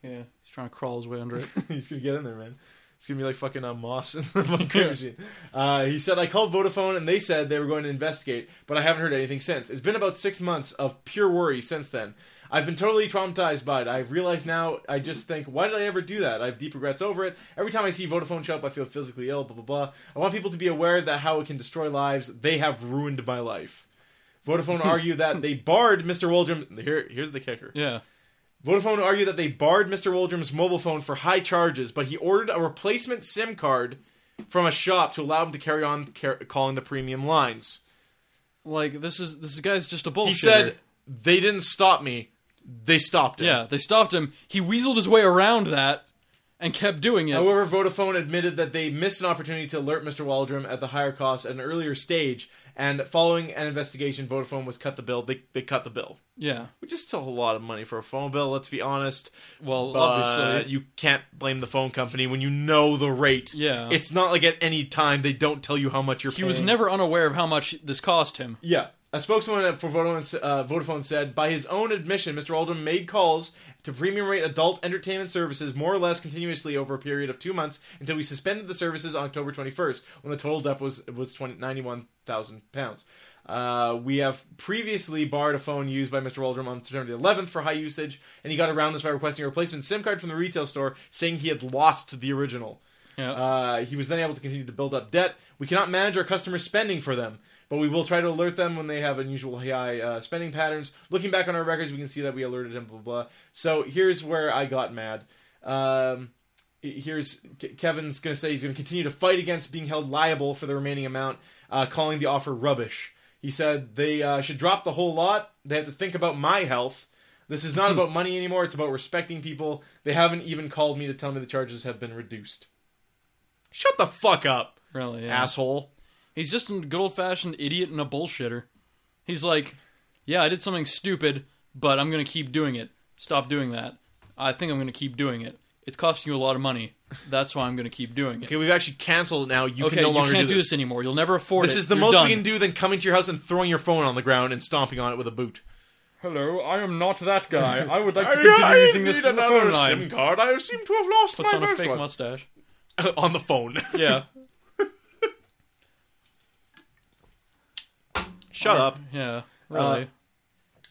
[SPEAKER 1] Yeah, he's trying to crawl his way under it.
[SPEAKER 2] He's gonna get in there, man. It's gonna be like fucking uh, Moss in the Minecraft machine. Uh, he said I called Vodafone and they said they were going to investigate, but I haven't heard anything since. It's been about six months of pure worry since then. I've been totally traumatized by it. I've realized now. I just think, why did I ever do that? I have deep regrets over it. Every time I see Vodafone show up, I feel physically ill. Blah blah blah. I want people to be aware that how it can destroy lives. They have ruined my life. Vodafone argue that they barred Mr. Waldron. Here, here's the kicker.
[SPEAKER 1] Yeah.
[SPEAKER 2] Vodafone argued that they barred Mr. Waldrum's mobile phone for high charges, but he ordered a replacement SIM card from a shop to allow him to carry on car- calling the premium lines.
[SPEAKER 1] Like, this is this guy's just a bullshitter.
[SPEAKER 2] He said, "They didn't stop me; they stopped it."
[SPEAKER 1] yeah, they stopped him. He weaseled his way around that and kept doing it.
[SPEAKER 2] However, Vodafone admitted that they missed an opportunity to alert Mr. Waldrum at the higher cost at an earlier stage, and following an investigation, Vodafone was cut the bill. They they cut the bill,
[SPEAKER 1] yeah.
[SPEAKER 2] which is still a lot of money for a phone bill. Let's be honest.
[SPEAKER 1] Well,
[SPEAKER 2] But
[SPEAKER 1] obviously.
[SPEAKER 2] uh, you can't blame the phone company when you know the rate.
[SPEAKER 1] Yeah.
[SPEAKER 2] it's not like at any time they don't tell you how much you're.
[SPEAKER 1] He was
[SPEAKER 2] paying.
[SPEAKER 1] never unaware of how much this cost him.
[SPEAKER 2] Yeah, A spokesman for Vodafone, uh, Vodafone said, by his own admission, Mr. Oldham made calls to premium rate adult entertainment services more or less continuously over a period of two months until we suspended the services on October 21st, when the total debt was was 20, 91,000 pounds. Uh, we have previously barred a phone used by Mr. Oldham on September the 11th for high usage, and he got around this by requesting a replacement SIM card from the retail store, saying he had lost the original.
[SPEAKER 1] Yeah.
[SPEAKER 2] Uh, he was then able to continue to build up debt. We cannot manage our customers' spending for them, but we will try to alert them when they have unusual high uh, spending patterns. Looking back on our records, we can see that we alerted him. Blah blah. blah. So here's where I got mad. Um, here's Ke- Kevin's going to say he's going to continue to fight against being held liable for the remaining amount, uh, calling the offer rubbish. He said they uh, should drop the whole lot. They have to think about my health. This is not about money anymore. It's about respecting people. They haven't even called me to tell me the charges have been reduced. Shut the fuck up,
[SPEAKER 1] really, yeah.
[SPEAKER 2] asshole.
[SPEAKER 1] He's just a good old fashioned idiot and a bullshitter. He's like, yeah, I did something stupid, but I'm going to keep doing it. Stop doing that. I think I'm going to keep doing it. It's costing you a lot of money. That's why I'm going to keep doing it.
[SPEAKER 2] Okay, we've actually canceled it now. You
[SPEAKER 1] Okay,
[SPEAKER 2] can no
[SPEAKER 1] you
[SPEAKER 2] longer
[SPEAKER 1] can't
[SPEAKER 2] do
[SPEAKER 1] do
[SPEAKER 2] this.
[SPEAKER 1] this anymore. You'll never afford
[SPEAKER 2] This
[SPEAKER 1] it.
[SPEAKER 2] is the
[SPEAKER 1] You're
[SPEAKER 2] most
[SPEAKER 1] done.
[SPEAKER 2] we can do than coming to your house and throwing your phone on the ground and stomping on it with a boot.
[SPEAKER 1] Hello, I am not that guy. I would like
[SPEAKER 2] card. I seem to have lost
[SPEAKER 1] Puts on a fake mustache.
[SPEAKER 2] on the phone.
[SPEAKER 1] Yeah.
[SPEAKER 2] Shut up.
[SPEAKER 1] Yeah. Really.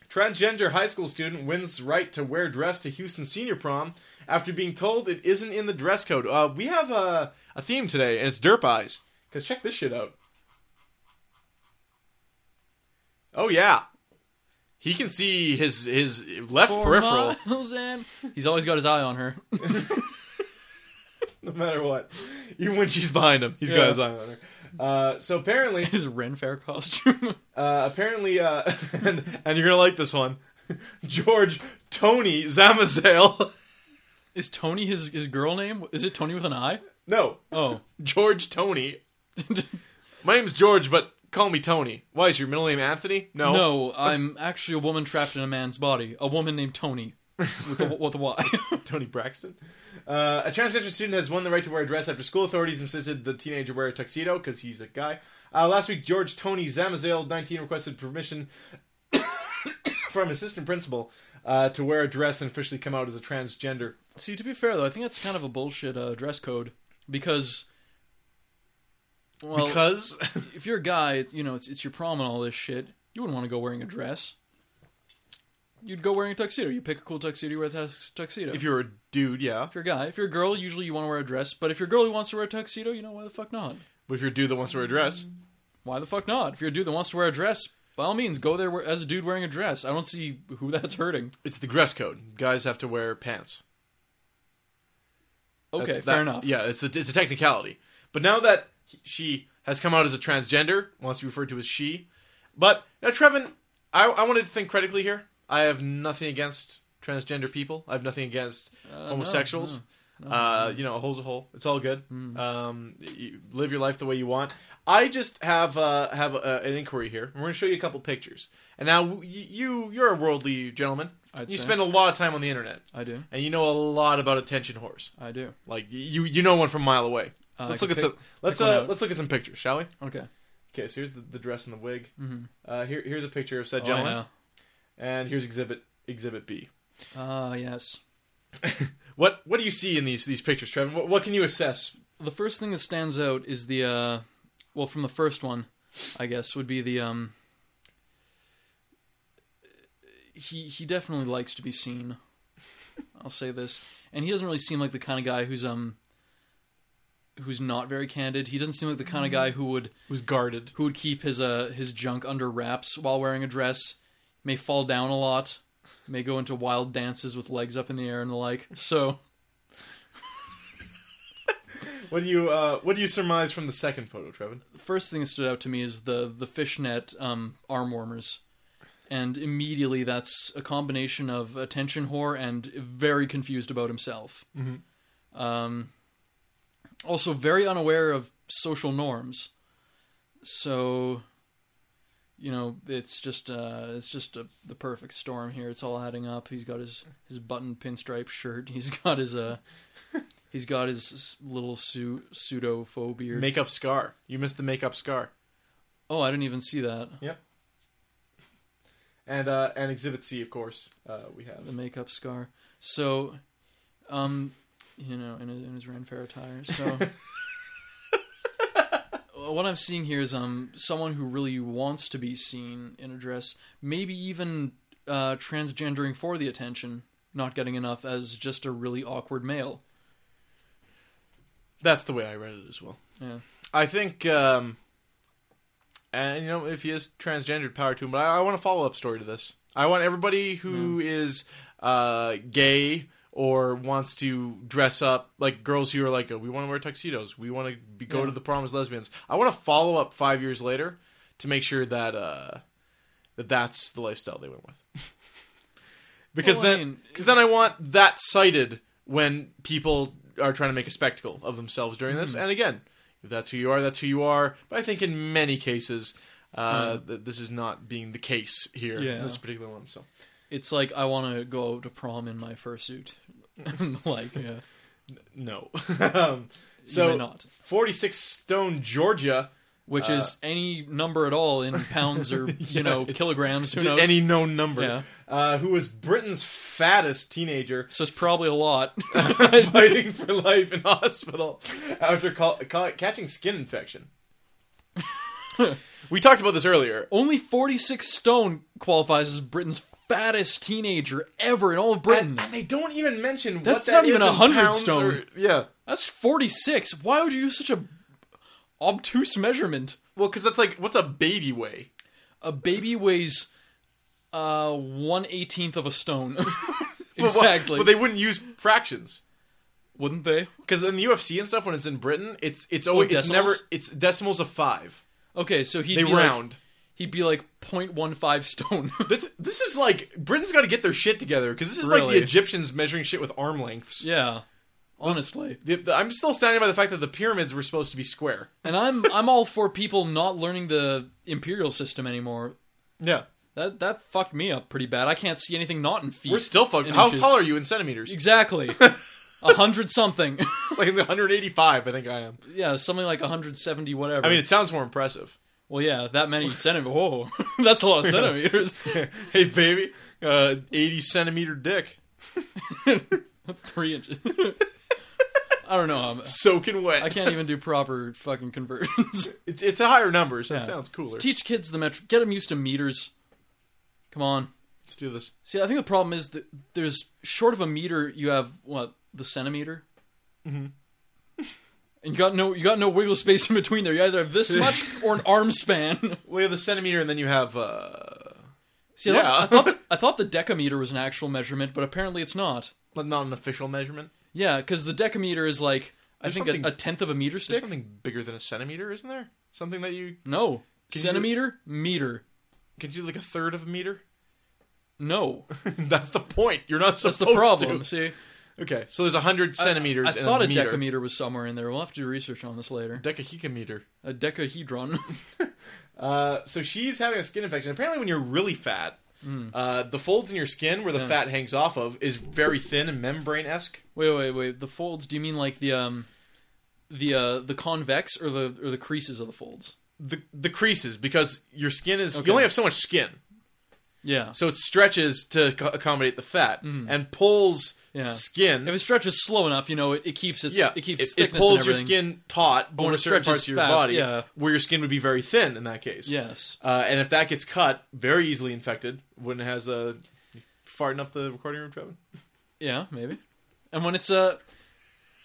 [SPEAKER 2] Transgender high school student wins right to wear dress to Houston senior prom after being told it isn't in the dress code. Uh, we have a, a theme today, and it's derp eyes. Because check this shit out. Oh, yeah. He can see his, his left
[SPEAKER 1] Four
[SPEAKER 2] peripheral.
[SPEAKER 1] miles in. He's always got his eye on her.
[SPEAKER 2] no matter what. Even when she's behind him, he's
[SPEAKER 1] Yeah.
[SPEAKER 2] got his eye on her. Uh, so apparently,
[SPEAKER 1] his Ren Fair costume.
[SPEAKER 2] uh, apparently, uh, and, and you're gonna like this one, George Tony Zamazale.
[SPEAKER 1] is Tony his his girl name? Is it Tony with an I?
[SPEAKER 2] no,
[SPEAKER 1] Oh.
[SPEAKER 2] George Tony. My name's George, but call me Tony. Why is your middle name Anthony? No.
[SPEAKER 1] No, I'm actually a woman trapped in a man's body. A woman named Tony. With a, with a Y.
[SPEAKER 2] Tony Braxton. Uh, a transgender student has won the right to wear a dress after school authorities insisted the teenager wear a tuxedo because he's a guy. Uh, last week, George Tony Zamazale, 19, requested permission from assistant principal uh, to wear a dress and officially come out as a transgender.
[SPEAKER 1] See, to be fair though, I think that's kind of a bullshit uh, dress code because. Well,
[SPEAKER 2] because
[SPEAKER 1] if you're a guy, it's, you know it's it's your prom and all this shit. You wouldn't want to go wearing a dress. You'd go wearing a tuxedo. You pick a cool tuxedo. You wear a tux- tuxedo.
[SPEAKER 2] if you're a dude, yeah.
[SPEAKER 1] if you're a guy, if you're a girl, usually you want to wear a dress. But if you're a girl who wants to wear a tuxedo, you know why the fuck not?
[SPEAKER 2] But if you're a dude that wants to wear a dress,
[SPEAKER 1] Why the fuck not? If you're a dude that wants to wear a dress, by all means, go there as a dude wearing a dress. I don't see who that's hurting.
[SPEAKER 2] it's the dress code. Guys have to wear pants.
[SPEAKER 1] Okay,
[SPEAKER 2] That's that-
[SPEAKER 1] fair enough.
[SPEAKER 2] Yeah, it's a, it's a technicality. But now that he- she has come out as a transgender, wants to be referred to as she. But now, Trevin, I, I wanted to think critically here. I have nothing against transgender people. I have nothing against
[SPEAKER 1] no,
[SPEAKER 2] homosexual's. uh, you know, a hole's a hole. It's all good.
[SPEAKER 1] Mm.
[SPEAKER 2] Um, you live your life the way you want. I just have uh, have uh, an inquiry here. We're going to show you a couple pictures. And now y- you you're a worldly gentleman.
[SPEAKER 1] I'd
[SPEAKER 2] you
[SPEAKER 1] say.
[SPEAKER 2] spend a lot of time on the internet,
[SPEAKER 1] I do.
[SPEAKER 2] and you know a lot about attention whores.
[SPEAKER 1] I do.
[SPEAKER 2] Like y- you, you know one from a mile away.
[SPEAKER 1] Uh, I
[SPEAKER 2] let's
[SPEAKER 1] can
[SPEAKER 2] look at
[SPEAKER 1] pick-
[SPEAKER 2] some. Let's
[SPEAKER 1] pick one
[SPEAKER 2] uh,
[SPEAKER 1] out.
[SPEAKER 2] let's look at some pictures, shall we?
[SPEAKER 1] Okay.
[SPEAKER 2] Okay, so here's the, the dress and the wig. Uh, here here's a picture of said
[SPEAKER 1] Oh,
[SPEAKER 2] gentleman,
[SPEAKER 1] yeah.
[SPEAKER 2] and here's exhibit exhibit B.
[SPEAKER 1] Ah, yes.
[SPEAKER 2] What what do you see in these these pictures, Trevor? What, what can you assess?
[SPEAKER 1] The first thing that stands out is the uh well from the first one, I guess, would be the um he he definitely likes to be seen. I'll say this. And he doesn't really seem like the kind of guy who's um who's not very candid. He doesn't seem like the kind of guy who would
[SPEAKER 2] Who's guarded?
[SPEAKER 1] who would keep his uh his junk under wraps while wearing a dress, may fall down a lot, may go into wild dances with legs up in the air and the like. So
[SPEAKER 2] What do you uh, what do you surmise from the second photo, Trevin?
[SPEAKER 1] the first thing that stood out to me is the the fishnet um, arm warmers, and immediately that's a combination of attention whore and very confused about himself. Um, also very unaware of social norms, so you know it's just uh, it's just a, the perfect storm here. It's all adding up. He's got his his button pinstripe shirt. He's got his uh. He's got his s- little su- pseudo faux beard.
[SPEAKER 2] Makeup scar. You missed the makeup scar.
[SPEAKER 1] Oh, I didn't even see that.
[SPEAKER 2] Yep. and uh, and Exhibit C, of course, uh, we have.
[SPEAKER 1] the makeup scar. So, um, you know, in his, in his Ranfera attire. So, Uh, what I'm seeing here is um someone who really wants to be seen in a dress, maybe even uh, transgendering for the attention, not getting enough as just a really awkward male.
[SPEAKER 2] That's the way I read it as well.
[SPEAKER 1] Yeah.
[SPEAKER 2] I think, um, and you know, if he is transgendered, power to him. But I, I want a follow up story to this. I want everybody who is uh, gay or wants to dress up like girls who are like, oh, we want to wear tuxedos, we want to be, go
[SPEAKER 1] Yeah.
[SPEAKER 2] to the prom as lesbians. I want to follow up five years later to make sure that uh, that that's the lifestyle they went with. because
[SPEAKER 1] Well, I
[SPEAKER 2] then,
[SPEAKER 1] mean,
[SPEAKER 2] because then I want that cited when people are trying to make a spectacle of themselves during this.
[SPEAKER 1] Hmm.
[SPEAKER 2] And again, if that's who you are, that's who you are. But I think in many cases, uh, th- this is not being the case here
[SPEAKER 1] Hmm. Yeah.
[SPEAKER 2] in this particular one. So
[SPEAKER 1] It's like I want to go to prom in my fursuit. like, yeah,
[SPEAKER 2] no. um, so
[SPEAKER 1] may not.
[SPEAKER 2] forty-six Stone Georgia,
[SPEAKER 1] which
[SPEAKER 2] Uh,
[SPEAKER 1] is any number at all in pounds or you know
[SPEAKER 2] it's-
[SPEAKER 1] kilograms. Who
[SPEAKER 2] to
[SPEAKER 1] knows?
[SPEAKER 2] any known number,
[SPEAKER 1] Yeah.
[SPEAKER 2] uh, who was Britain's fattest teenager.
[SPEAKER 1] So it's probably a lot.
[SPEAKER 2] fighting for life in hospital after ca- ca- catching skin infection. we talked about this earlier.
[SPEAKER 1] Only 46 stone qualifies as Britain's fattest teenager ever in all of Britain.
[SPEAKER 2] And, and they don't even mention
[SPEAKER 1] Hmm. That's
[SPEAKER 2] what that
[SPEAKER 1] not even
[SPEAKER 2] is in
[SPEAKER 1] 100
[SPEAKER 2] pounds
[SPEAKER 1] stone.
[SPEAKER 2] or- yeah.
[SPEAKER 1] That's 46. Why would you use such a obtuse measurement?
[SPEAKER 2] Well, because that's like, what's a baby weigh?
[SPEAKER 1] A baby weighs uh one eighteenth of a stone.
[SPEAKER 2] But what-
[SPEAKER 1] exactly.
[SPEAKER 2] But they wouldn't use fractions.
[SPEAKER 1] Wouldn't they?
[SPEAKER 2] Because in the UFC and stuff, when it's in Britain, it's it's always it's
[SPEAKER 1] Oh, decimals?
[SPEAKER 2] never it's decimals of five.
[SPEAKER 1] Okay, so he'd
[SPEAKER 2] They
[SPEAKER 1] be Like,
[SPEAKER 2] round.
[SPEAKER 1] he'd be like 0.15 stone.
[SPEAKER 2] This this is like Britain's got to get their shit together because this is like
[SPEAKER 1] Really.
[SPEAKER 2] the Egyptians measuring shit with arm lengths.
[SPEAKER 1] yeah. Honestly.
[SPEAKER 2] The- the- I'm still standing by the fact that the pyramids were supposed to be square.
[SPEAKER 1] And I'm I'm all for people not learning the imperial system anymore.
[SPEAKER 2] Yeah.
[SPEAKER 1] That that fucked me up pretty bad. I can't see anything not in feet.
[SPEAKER 2] We're still fucking.
[SPEAKER 1] in
[SPEAKER 2] How
[SPEAKER 1] inches.
[SPEAKER 2] tall are you in centimeters?
[SPEAKER 1] Exactly. A hundred something.
[SPEAKER 2] It's like 185, I think I am.
[SPEAKER 1] yeah, something like 170 whatever.
[SPEAKER 2] I mean, it sounds more impressive.
[SPEAKER 1] well, yeah, that many centimeters. Whoa, that's a lot of centimeters.
[SPEAKER 2] hey, baby, uh, 80 centimeter dick,
[SPEAKER 1] Three inches. I don't know. I'm,
[SPEAKER 2] soaking wet.
[SPEAKER 1] I can't even do proper fucking conversions.
[SPEAKER 2] It's it's a higher number, so
[SPEAKER 1] Yeah.
[SPEAKER 2] it sounds cooler.
[SPEAKER 1] Teach kids the metric. Get them used to meters. Come on.
[SPEAKER 2] Let's do this.
[SPEAKER 1] See, I think the problem is that there's short of a meter, you have what the centimeter, mm-hmm. and you got no you got no wiggle space in between there. You either have this much or an arm span.
[SPEAKER 2] We have the centimeter, and then you have. Uh,
[SPEAKER 1] See, I,
[SPEAKER 2] Yeah.
[SPEAKER 1] thought, I, thought the, I thought the decameter was an actual measurement, but apparently it's not.
[SPEAKER 2] but not an official measurement.
[SPEAKER 1] Yeah, because the decameter is like
[SPEAKER 2] There's
[SPEAKER 1] I think
[SPEAKER 2] something-
[SPEAKER 1] a, a tenth of a meter
[SPEAKER 2] There's
[SPEAKER 1] stick.
[SPEAKER 2] something bigger than a centimeter, isn't there? Something that you
[SPEAKER 1] No,
[SPEAKER 2] Can you-
[SPEAKER 1] centimeter, meter.
[SPEAKER 2] could you do like a third of a meter.
[SPEAKER 1] No,
[SPEAKER 2] That's the point. You're not
[SPEAKER 1] that's
[SPEAKER 2] supposed
[SPEAKER 1] the problem.
[SPEAKER 2] to.
[SPEAKER 1] See,
[SPEAKER 2] Okay, so there's hundred centimeters.
[SPEAKER 1] I
[SPEAKER 2] and
[SPEAKER 1] thought
[SPEAKER 2] a
[SPEAKER 1] a
[SPEAKER 2] meter.
[SPEAKER 1] decameter was somewhere in there. We'll have to do research on this later.
[SPEAKER 2] Decahecometer.
[SPEAKER 1] A decahedron.
[SPEAKER 2] Uh, so she's having a skin infection. Apparently, when you're really fat,
[SPEAKER 1] Mm.
[SPEAKER 2] uh, the folds in your skin where the fat hangs off of is very thin and membrane esque.
[SPEAKER 1] Wait, wait, wait. The folds? Do you mean like the um, the uh, the convex or the or the creases of the folds?
[SPEAKER 2] The the creases because your skin is
[SPEAKER 1] Okay.
[SPEAKER 2] you only have so much skin,
[SPEAKER 1] Yeah.
[SPEAKER 2] so it stretches to co- accommodate the fat and
[SPEAKER 1] Mm.
[SPEAKER 2] pulls
[SPEAKER 1] Yeah.
[SPEAKER 2] skin.
[SPEAKER 1] If it stretches slow enough, you know, it, it keeps its
[SPEAKER 2] yeah,
[SPEAKER 1] it keeps
[SPEAKER 2] it,
[SPEAKER 1] thickness
[SPEAKER 2] pulls
[SPEAKER 1] and
[SPEAKER 2] your
[SPEAKER 1] everything.
[SPEAKER 2] skin taut
[SPEAKER 1] when
[SPEAKER 2] over
[SPEAKER 1] it
[SPEAKER 2] certain
[SPEAKER 1] stretches
[SPEAKER 2] parts of your
[SPEAKER 1] fast,
[SPEAKER 2] body,
[SPEAKER 1] yeah.
[SPEAKER 2] where your skin would be very thin in that case.
[SPEAKER 1] Yes.
[SPEAKER 2] Uh, and if that gets cut, very easily infected when it has a farting up the recording room, Trevin.
[SPEAKER 1] Yeah. Maybe. And when it's uh,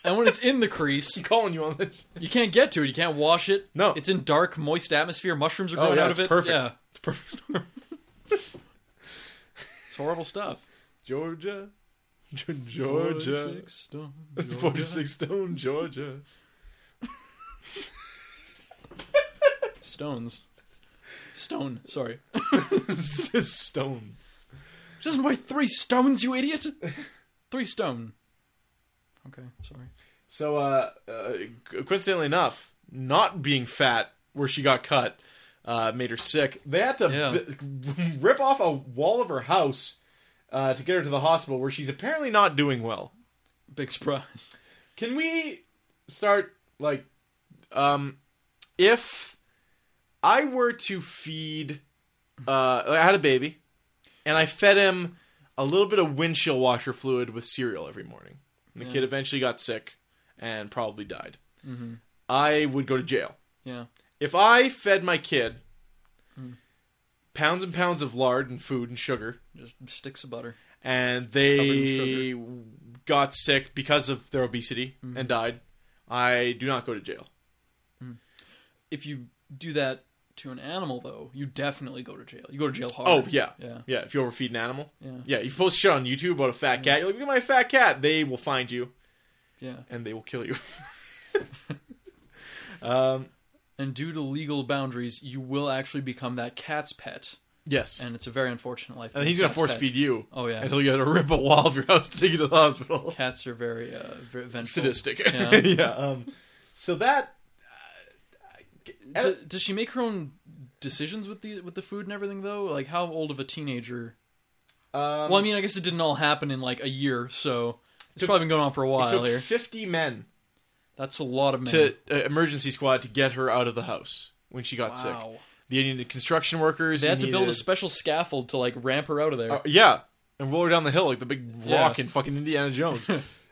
[SPEAKER 1] and when it's in the crease,
[SPEAKER 2] I'm calling you on this.
[SPEAKER 1] you can't get to it. You can't wash it.
[SPEAKER 2] No.
[SPEAKER 1] It's in dark, moist atmosphere. Mushrooms are
[SPEAKER 2] Oh,
[SPEAKER 1] growing
[SPEAKER 2] yeah,
[SPEAKER 1] out
[SPEAKER 2] it's
[SPEAKER 1] of it.
[SPEAKER 2] perfect.
[SPEAKER 1] Yeah.
[SPEAKER 2] It's a perfect storm.
[SPEAKER 1] It's horrible stuff.
[SPEAKER 2] Georgia. Ge- Georgia.
[SPEAKER 1] 46 stone,
[SPEAKER 2] 46 stone Georgia.
[SPEAKER 1] stones. Stone. Sorry.
[SPEAKER 2] Stones.
[SPEAKER 1] She doesn't weigh three stones, you idiot. Three stone. Okay. Sorry.
[SPEAKER 2] So, uh, uh, coincidentally enough, not being fat where she got cut uh, made her sick. They had to
[SPEAKER 1] Yeah.
[SPEAKER 2] b- rip off a wall of her house uh, to get her to the hospital where she's apparently not doing well.
[SPEAKER 1] Big surprise.
[SPEAKER 2] Can we start like um if I were to feed uh I had a baby and I fed him a little bit of windshield washer fluid with cereal every morning. And the
[SPEAKER 1] Yeah.
[SPEAKER 2] kid eventually got sick and probably died. I would go to jail
[SPEAKER 1] Mm-hmm. Yeah. Mm.
[SPEAKER 2] if I fed my kid pounds and pounds of lard and food and sugar,
[SPEAKER 1] Just sticks of butter.
[SPEAKER 2] and
[SPEAKER 1] Covered in
[SPEAKER 2] they
[SPEAKER 1] sugar.
[SPEAKER 2] got sick because of their obesity
[SPEAKER 1] Mm-hmm.
[SPEAKER 2] and died, I do not go to jail.
[SPEAKER 1] If you do that to an animal, though, you definitely go to jail. You go to jail hard.
[SPEAKER 2] Oh yeah,
[SPEAKER 1] Yeah.
[SPEAKER 2] yeah. If you overfeed an animal,
[SPEAKER 1] Yeah.
[SPEAKER 2] yeah. If you post shit on YouTube about a fat cat, you're like, look at my fat cat. They will find you
[SPEAKER 1] Yeah.
[SPEAKER 2] and they will kill you. um.
[SPEAKER 1] And due to legal boundaries, you will actually become that cat's pet,
[SPEAKER 2] Yes. And,
[SPEAKER 1] and it's a very unfortunate life.
[SPEAKER 2] he's gonna force feed you
[SPEAKER 1] Oh yeah.
[SPEAKER 2] until you have to rip a wall of your house to take you to the hospital.
[SPEAKER 1] Cats are very uh, very vengeful.
[SPEAKER 2] sadistic.
[SPEAKER 1] Yeah.
[SPEAKER 2] Um, so that
[SPEAKER 1] D- does she make her own decisions with the with the food and everything though? Like how old of a teenager?
[SPEAKER 2] um,
[SPEAKER 1] well, I mean, I guess it didn't all happen in like a year, so it's
[SPEAKER 2] Took-
[SPEAKER 1] probably been going on for a
[SPEAKER 2] it
[SPEAKER 1] while
[SPEAKER 2] took
[SPEAKER 1] here.
[SPEAKER 2] fifty men
[SPEAKER 1] That's a lot of men.
[SPEAKER 2] to uh, emergency squad to get her out of the house when she got sick.
[SPEAKER 1] wow.
[SPEAKER 2] You needed construction workers.
[SPEAKER 1] They
[SPEAKER 2] you
[SPEAKER 1] had to build a
[SPEAKER 2] needed-
[SPEAKER 1] special scaffold to like ramp her out of there.
[SPEAKER 2] uh, yeah, and roll her down the hill like the big
[SPEAKER 1] Yeah.
[SPEAKER 2] rock in fucking Indiana Jones.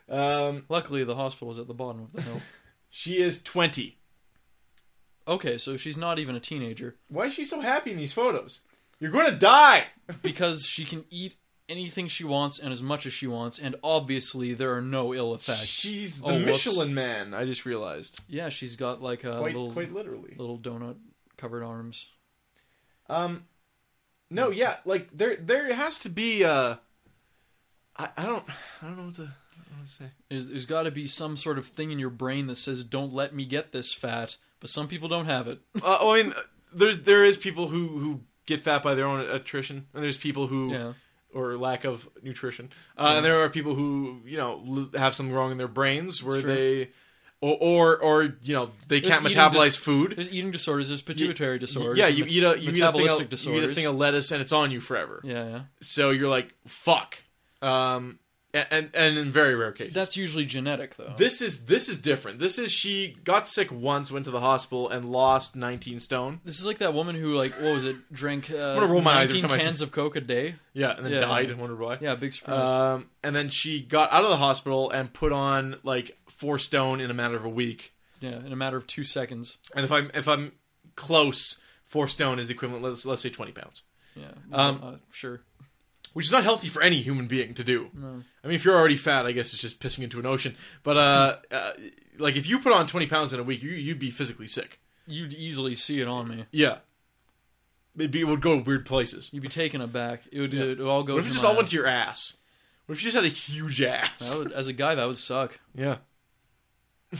[SPEAKER 2] um,
[SPEAKER 1] Luckily, the hospital was at the bottom of the hill.
[SPEAKER 2] she is twenty.
[SPEAKER 1] okay, so she's not even a teenager
[SPEAKER 2] Why is she so happy in these photos? You're going to die.
[SPEAKER 1] because she can eat anything she wants and as much as she wants, and obviously there are no ill effects.
[SPEAKER 2] She's the
[SPEAKER 1] Oh, whoops.
[SPEAKER 2] Michelin Man. I just realized
[SPEAKER 1] Yeah, she's got like a
[SPEAKER 2] quite
[SPEAKER 1] little
[SPEAKER 2] quite literally.
[SPEAKER 1] little donut covered arms.
[SPEAKER 2] Um, no, yeah, like there, there has to be. Uh, I, I don't, I don't know what to, I don't know what to say.
[SPEAKER 1] There's, there's got to be some sort of thing in your brain that says, "Don't let me get this fat," but some people don't have it.
[SPEAKER 2] Uh, oh, I mean, there's there is people who who get fat by their own attrition, and there's people who
[SPEAKER 1] Yeah,
[SPEAKER 2] or lack of nutrition, uh,
[SPEAKER 1] Mm-hmm.
[SPEAKER 2] and there are people who you know l- have something wrong in their brains where
[SPEAKER 1] It's true.
[SPEAKER 2] they. Or, or, or, you know, they
[SPEAKER 1] There's
[SPEAKER 2] can't
[SPEAKER 1] eating
[SPEAKER 2] metabolize
[SPEAKER 1] dis-
[SPEAKER 2] food.
[SPEAKER 1] there's eating disorders, there's pituitary disorders.
[SPEAKER 2] yeah,
[SPEAKER 1] and
[SPEAKER 2] you
[SPEAKER 1] met-
[SPEAKER 2] eat a you eat a,
[SPEAKER 1] metabolistic
[SPEAKER 2] thing of, you eat a
[SPEAKER 1] disorders.
[SPEAKER 2] thing of lettuce and it's on you forever.
[SPEAKER 1] yeah, yeah.
[SPEAKER 2] So you're like, fuck. Um, a- and and in very rare cases,
[SPEAKER 1] That's usually genetic, though.
[SPEAKER 2] This is this is different. This is she got sick once, went to the hospital, and lost 19 stone.
[SPEAKER 1] This is like that woman who, like, what was it? Drank uh,
[SPEAKER 2] gonna roll my eyes
[SPEAKER 1] 19
[SPEAKER 2] every time I see-
[SPEAKER 1] cans of Coke a day.
[SPEAKER 2] Yeah, and then
[SPEAKER 1] Yeah.
[SPEAKER 2] died. I wonder why.
[SPEAKER 1] Yeah, big surprise.
[SPEAKER 2] Um, and then she got out of the hospital and put on like four stone in a matter of a week.
[SPEAKER 1] yeah, in a matter of two seconds.
[SPEAKER 2] And if I'm if I'm close, four stone is the equivalent. Let's let's say 20 pounds,
[SPEAKER 1] Yeah,
[SPEAKER 2] Um,
[SPEAKER 1] uh, sure.
[SPEAKER 2] which is not healthy for any human being to do.
[SPEAKER 1] No.
[SPEAKER 2] I mean, if you're already fat, I guess it's just pissing into an ocean. But uh, uh like if you put on 20 pounds in a week, you you'd be physically sick.
[SPEAKER 1] You'd easily see it on me.
[SPEAKER 2] Yeah, maybe it would go weird places.
[SPEAKER 1] You'd be taken aback. It would,
[SPEAKER 2] Yeah.
[SPEAKER 1] it would all go.
[SPEAKER 2] What if it
[SPEAKER 1] to
[SPEAKER 2] just
[SPEAKER 1] my
[SPEAKER 2] all went
[SPEAKER 1] ass.
[SPEAKER 2] to your ass? What if you just had a huge ass?
[SPEAKER 1] That would, as a guy, that would suck.
[SPEAKER 2] Yeah.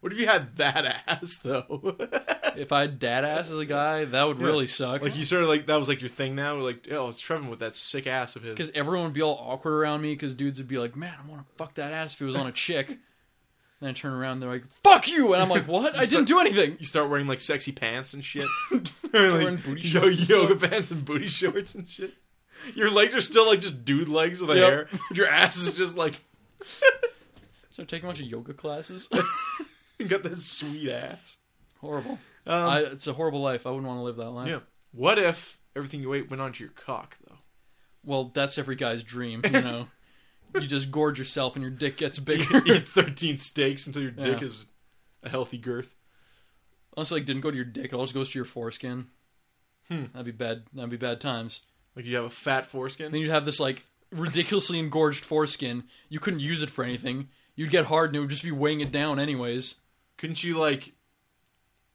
[SPEAKER 2] what if you had that ass though?
[SPEAKER 1] If I had dad ass as a guy, that would
[SPEAKER 2] Yeah.
[SPEAKER 1] really suck.
[SPEAKER 2] like you sort of like that was like your thing now. Like oh, it's Trevin with that sick ass of his.
[SPEAKER 1] because everyone would be all awkward around me because dudes would be like, "Man, I want to fuck that ass if it was on a chick." And then I turn around, and they're like, "Fuck you!" And I'm like, "What? I didn't do anything."
[SPEAKER 2] You start wearing like sexy pants and shit.
[SPEAKER 1] Wearing booty shorts and
[SPEAKER 2] yoga pants and booty shorts and shit. Your legs are still like just dude legs with a
[SPEAKER 1] Yep.
[SPEAKER 2] hair. Your ass is just like
[SPEAKER 1] Start taking a bunch of yoga classes.
[SPEAKER 2] you got this sweet ass.
[SPEAKER 1] horrible.
[SPEAKER 2] Um,
[SPEAKER 1] I, it's a horrible life. I wouldn't want to live that life.
[SPEAKER 2] yeah. What if everything you ate went onto your cock though?
[SPEAKER 1] Well, that's every guy's dream, you know. you just gorge yourself, and your dick gets bigger.
[SPEAKER 2] eat 13 steaks until your dick
[SPEAKER 1] Yeah.
[SPEAKER 2] is a healthy girth.
[SPEAKER 1] Unless like didn't go to your dick, it all just goes to your foreskin.
[SPEAKER 2] Hmm.
[SPEAKER 1] That'd be bad. That'd be bad times.
[SPEAKER 2] Like you have a fat foreskin.
[SPEAKER 1] Then you'd have this like ridiculously engorged foreskin. You couldn't use it for anything. You'd get hard, and it would just be weighing it down, anyways.
[SPEAKER 2] Couldn't you like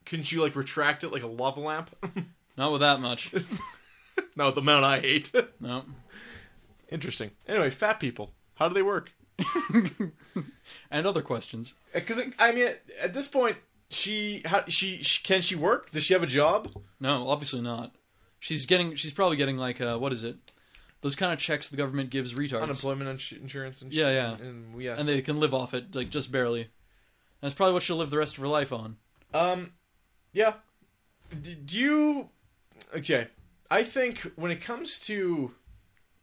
[SPEAKER 2] couldn't you like retract it like a lava lamp?
[SPEAKER 1] Not with that much.
[SPEAKER 2] no, the amount I hate.
[SPEAKER 1] No.
[SPEAKER 2] Interesting. Anyway, fat people. How do they work?
[SPEAKER 1] and other questions.
[SPEAKER 2] Cuz I mean at- at this point she how she, she can she work? Does she have a job?
[SPEAKER 1] No, obviously not. She's getting. She's probably getting like uh, what is it? Those kind of checks the government gives retards,
[SPEAKER 2] Unemployment ins- insurance and
[SPEAKER 1] Yeah, yeah.
[SPEAKER 2] And yeah.
[SPEAKER 1] and they can live off it like just barely. That's probably what she'll live the rest of her life on.
[SPEAKER 2] Um, yeah. D- do you? Okay, I think when it comes to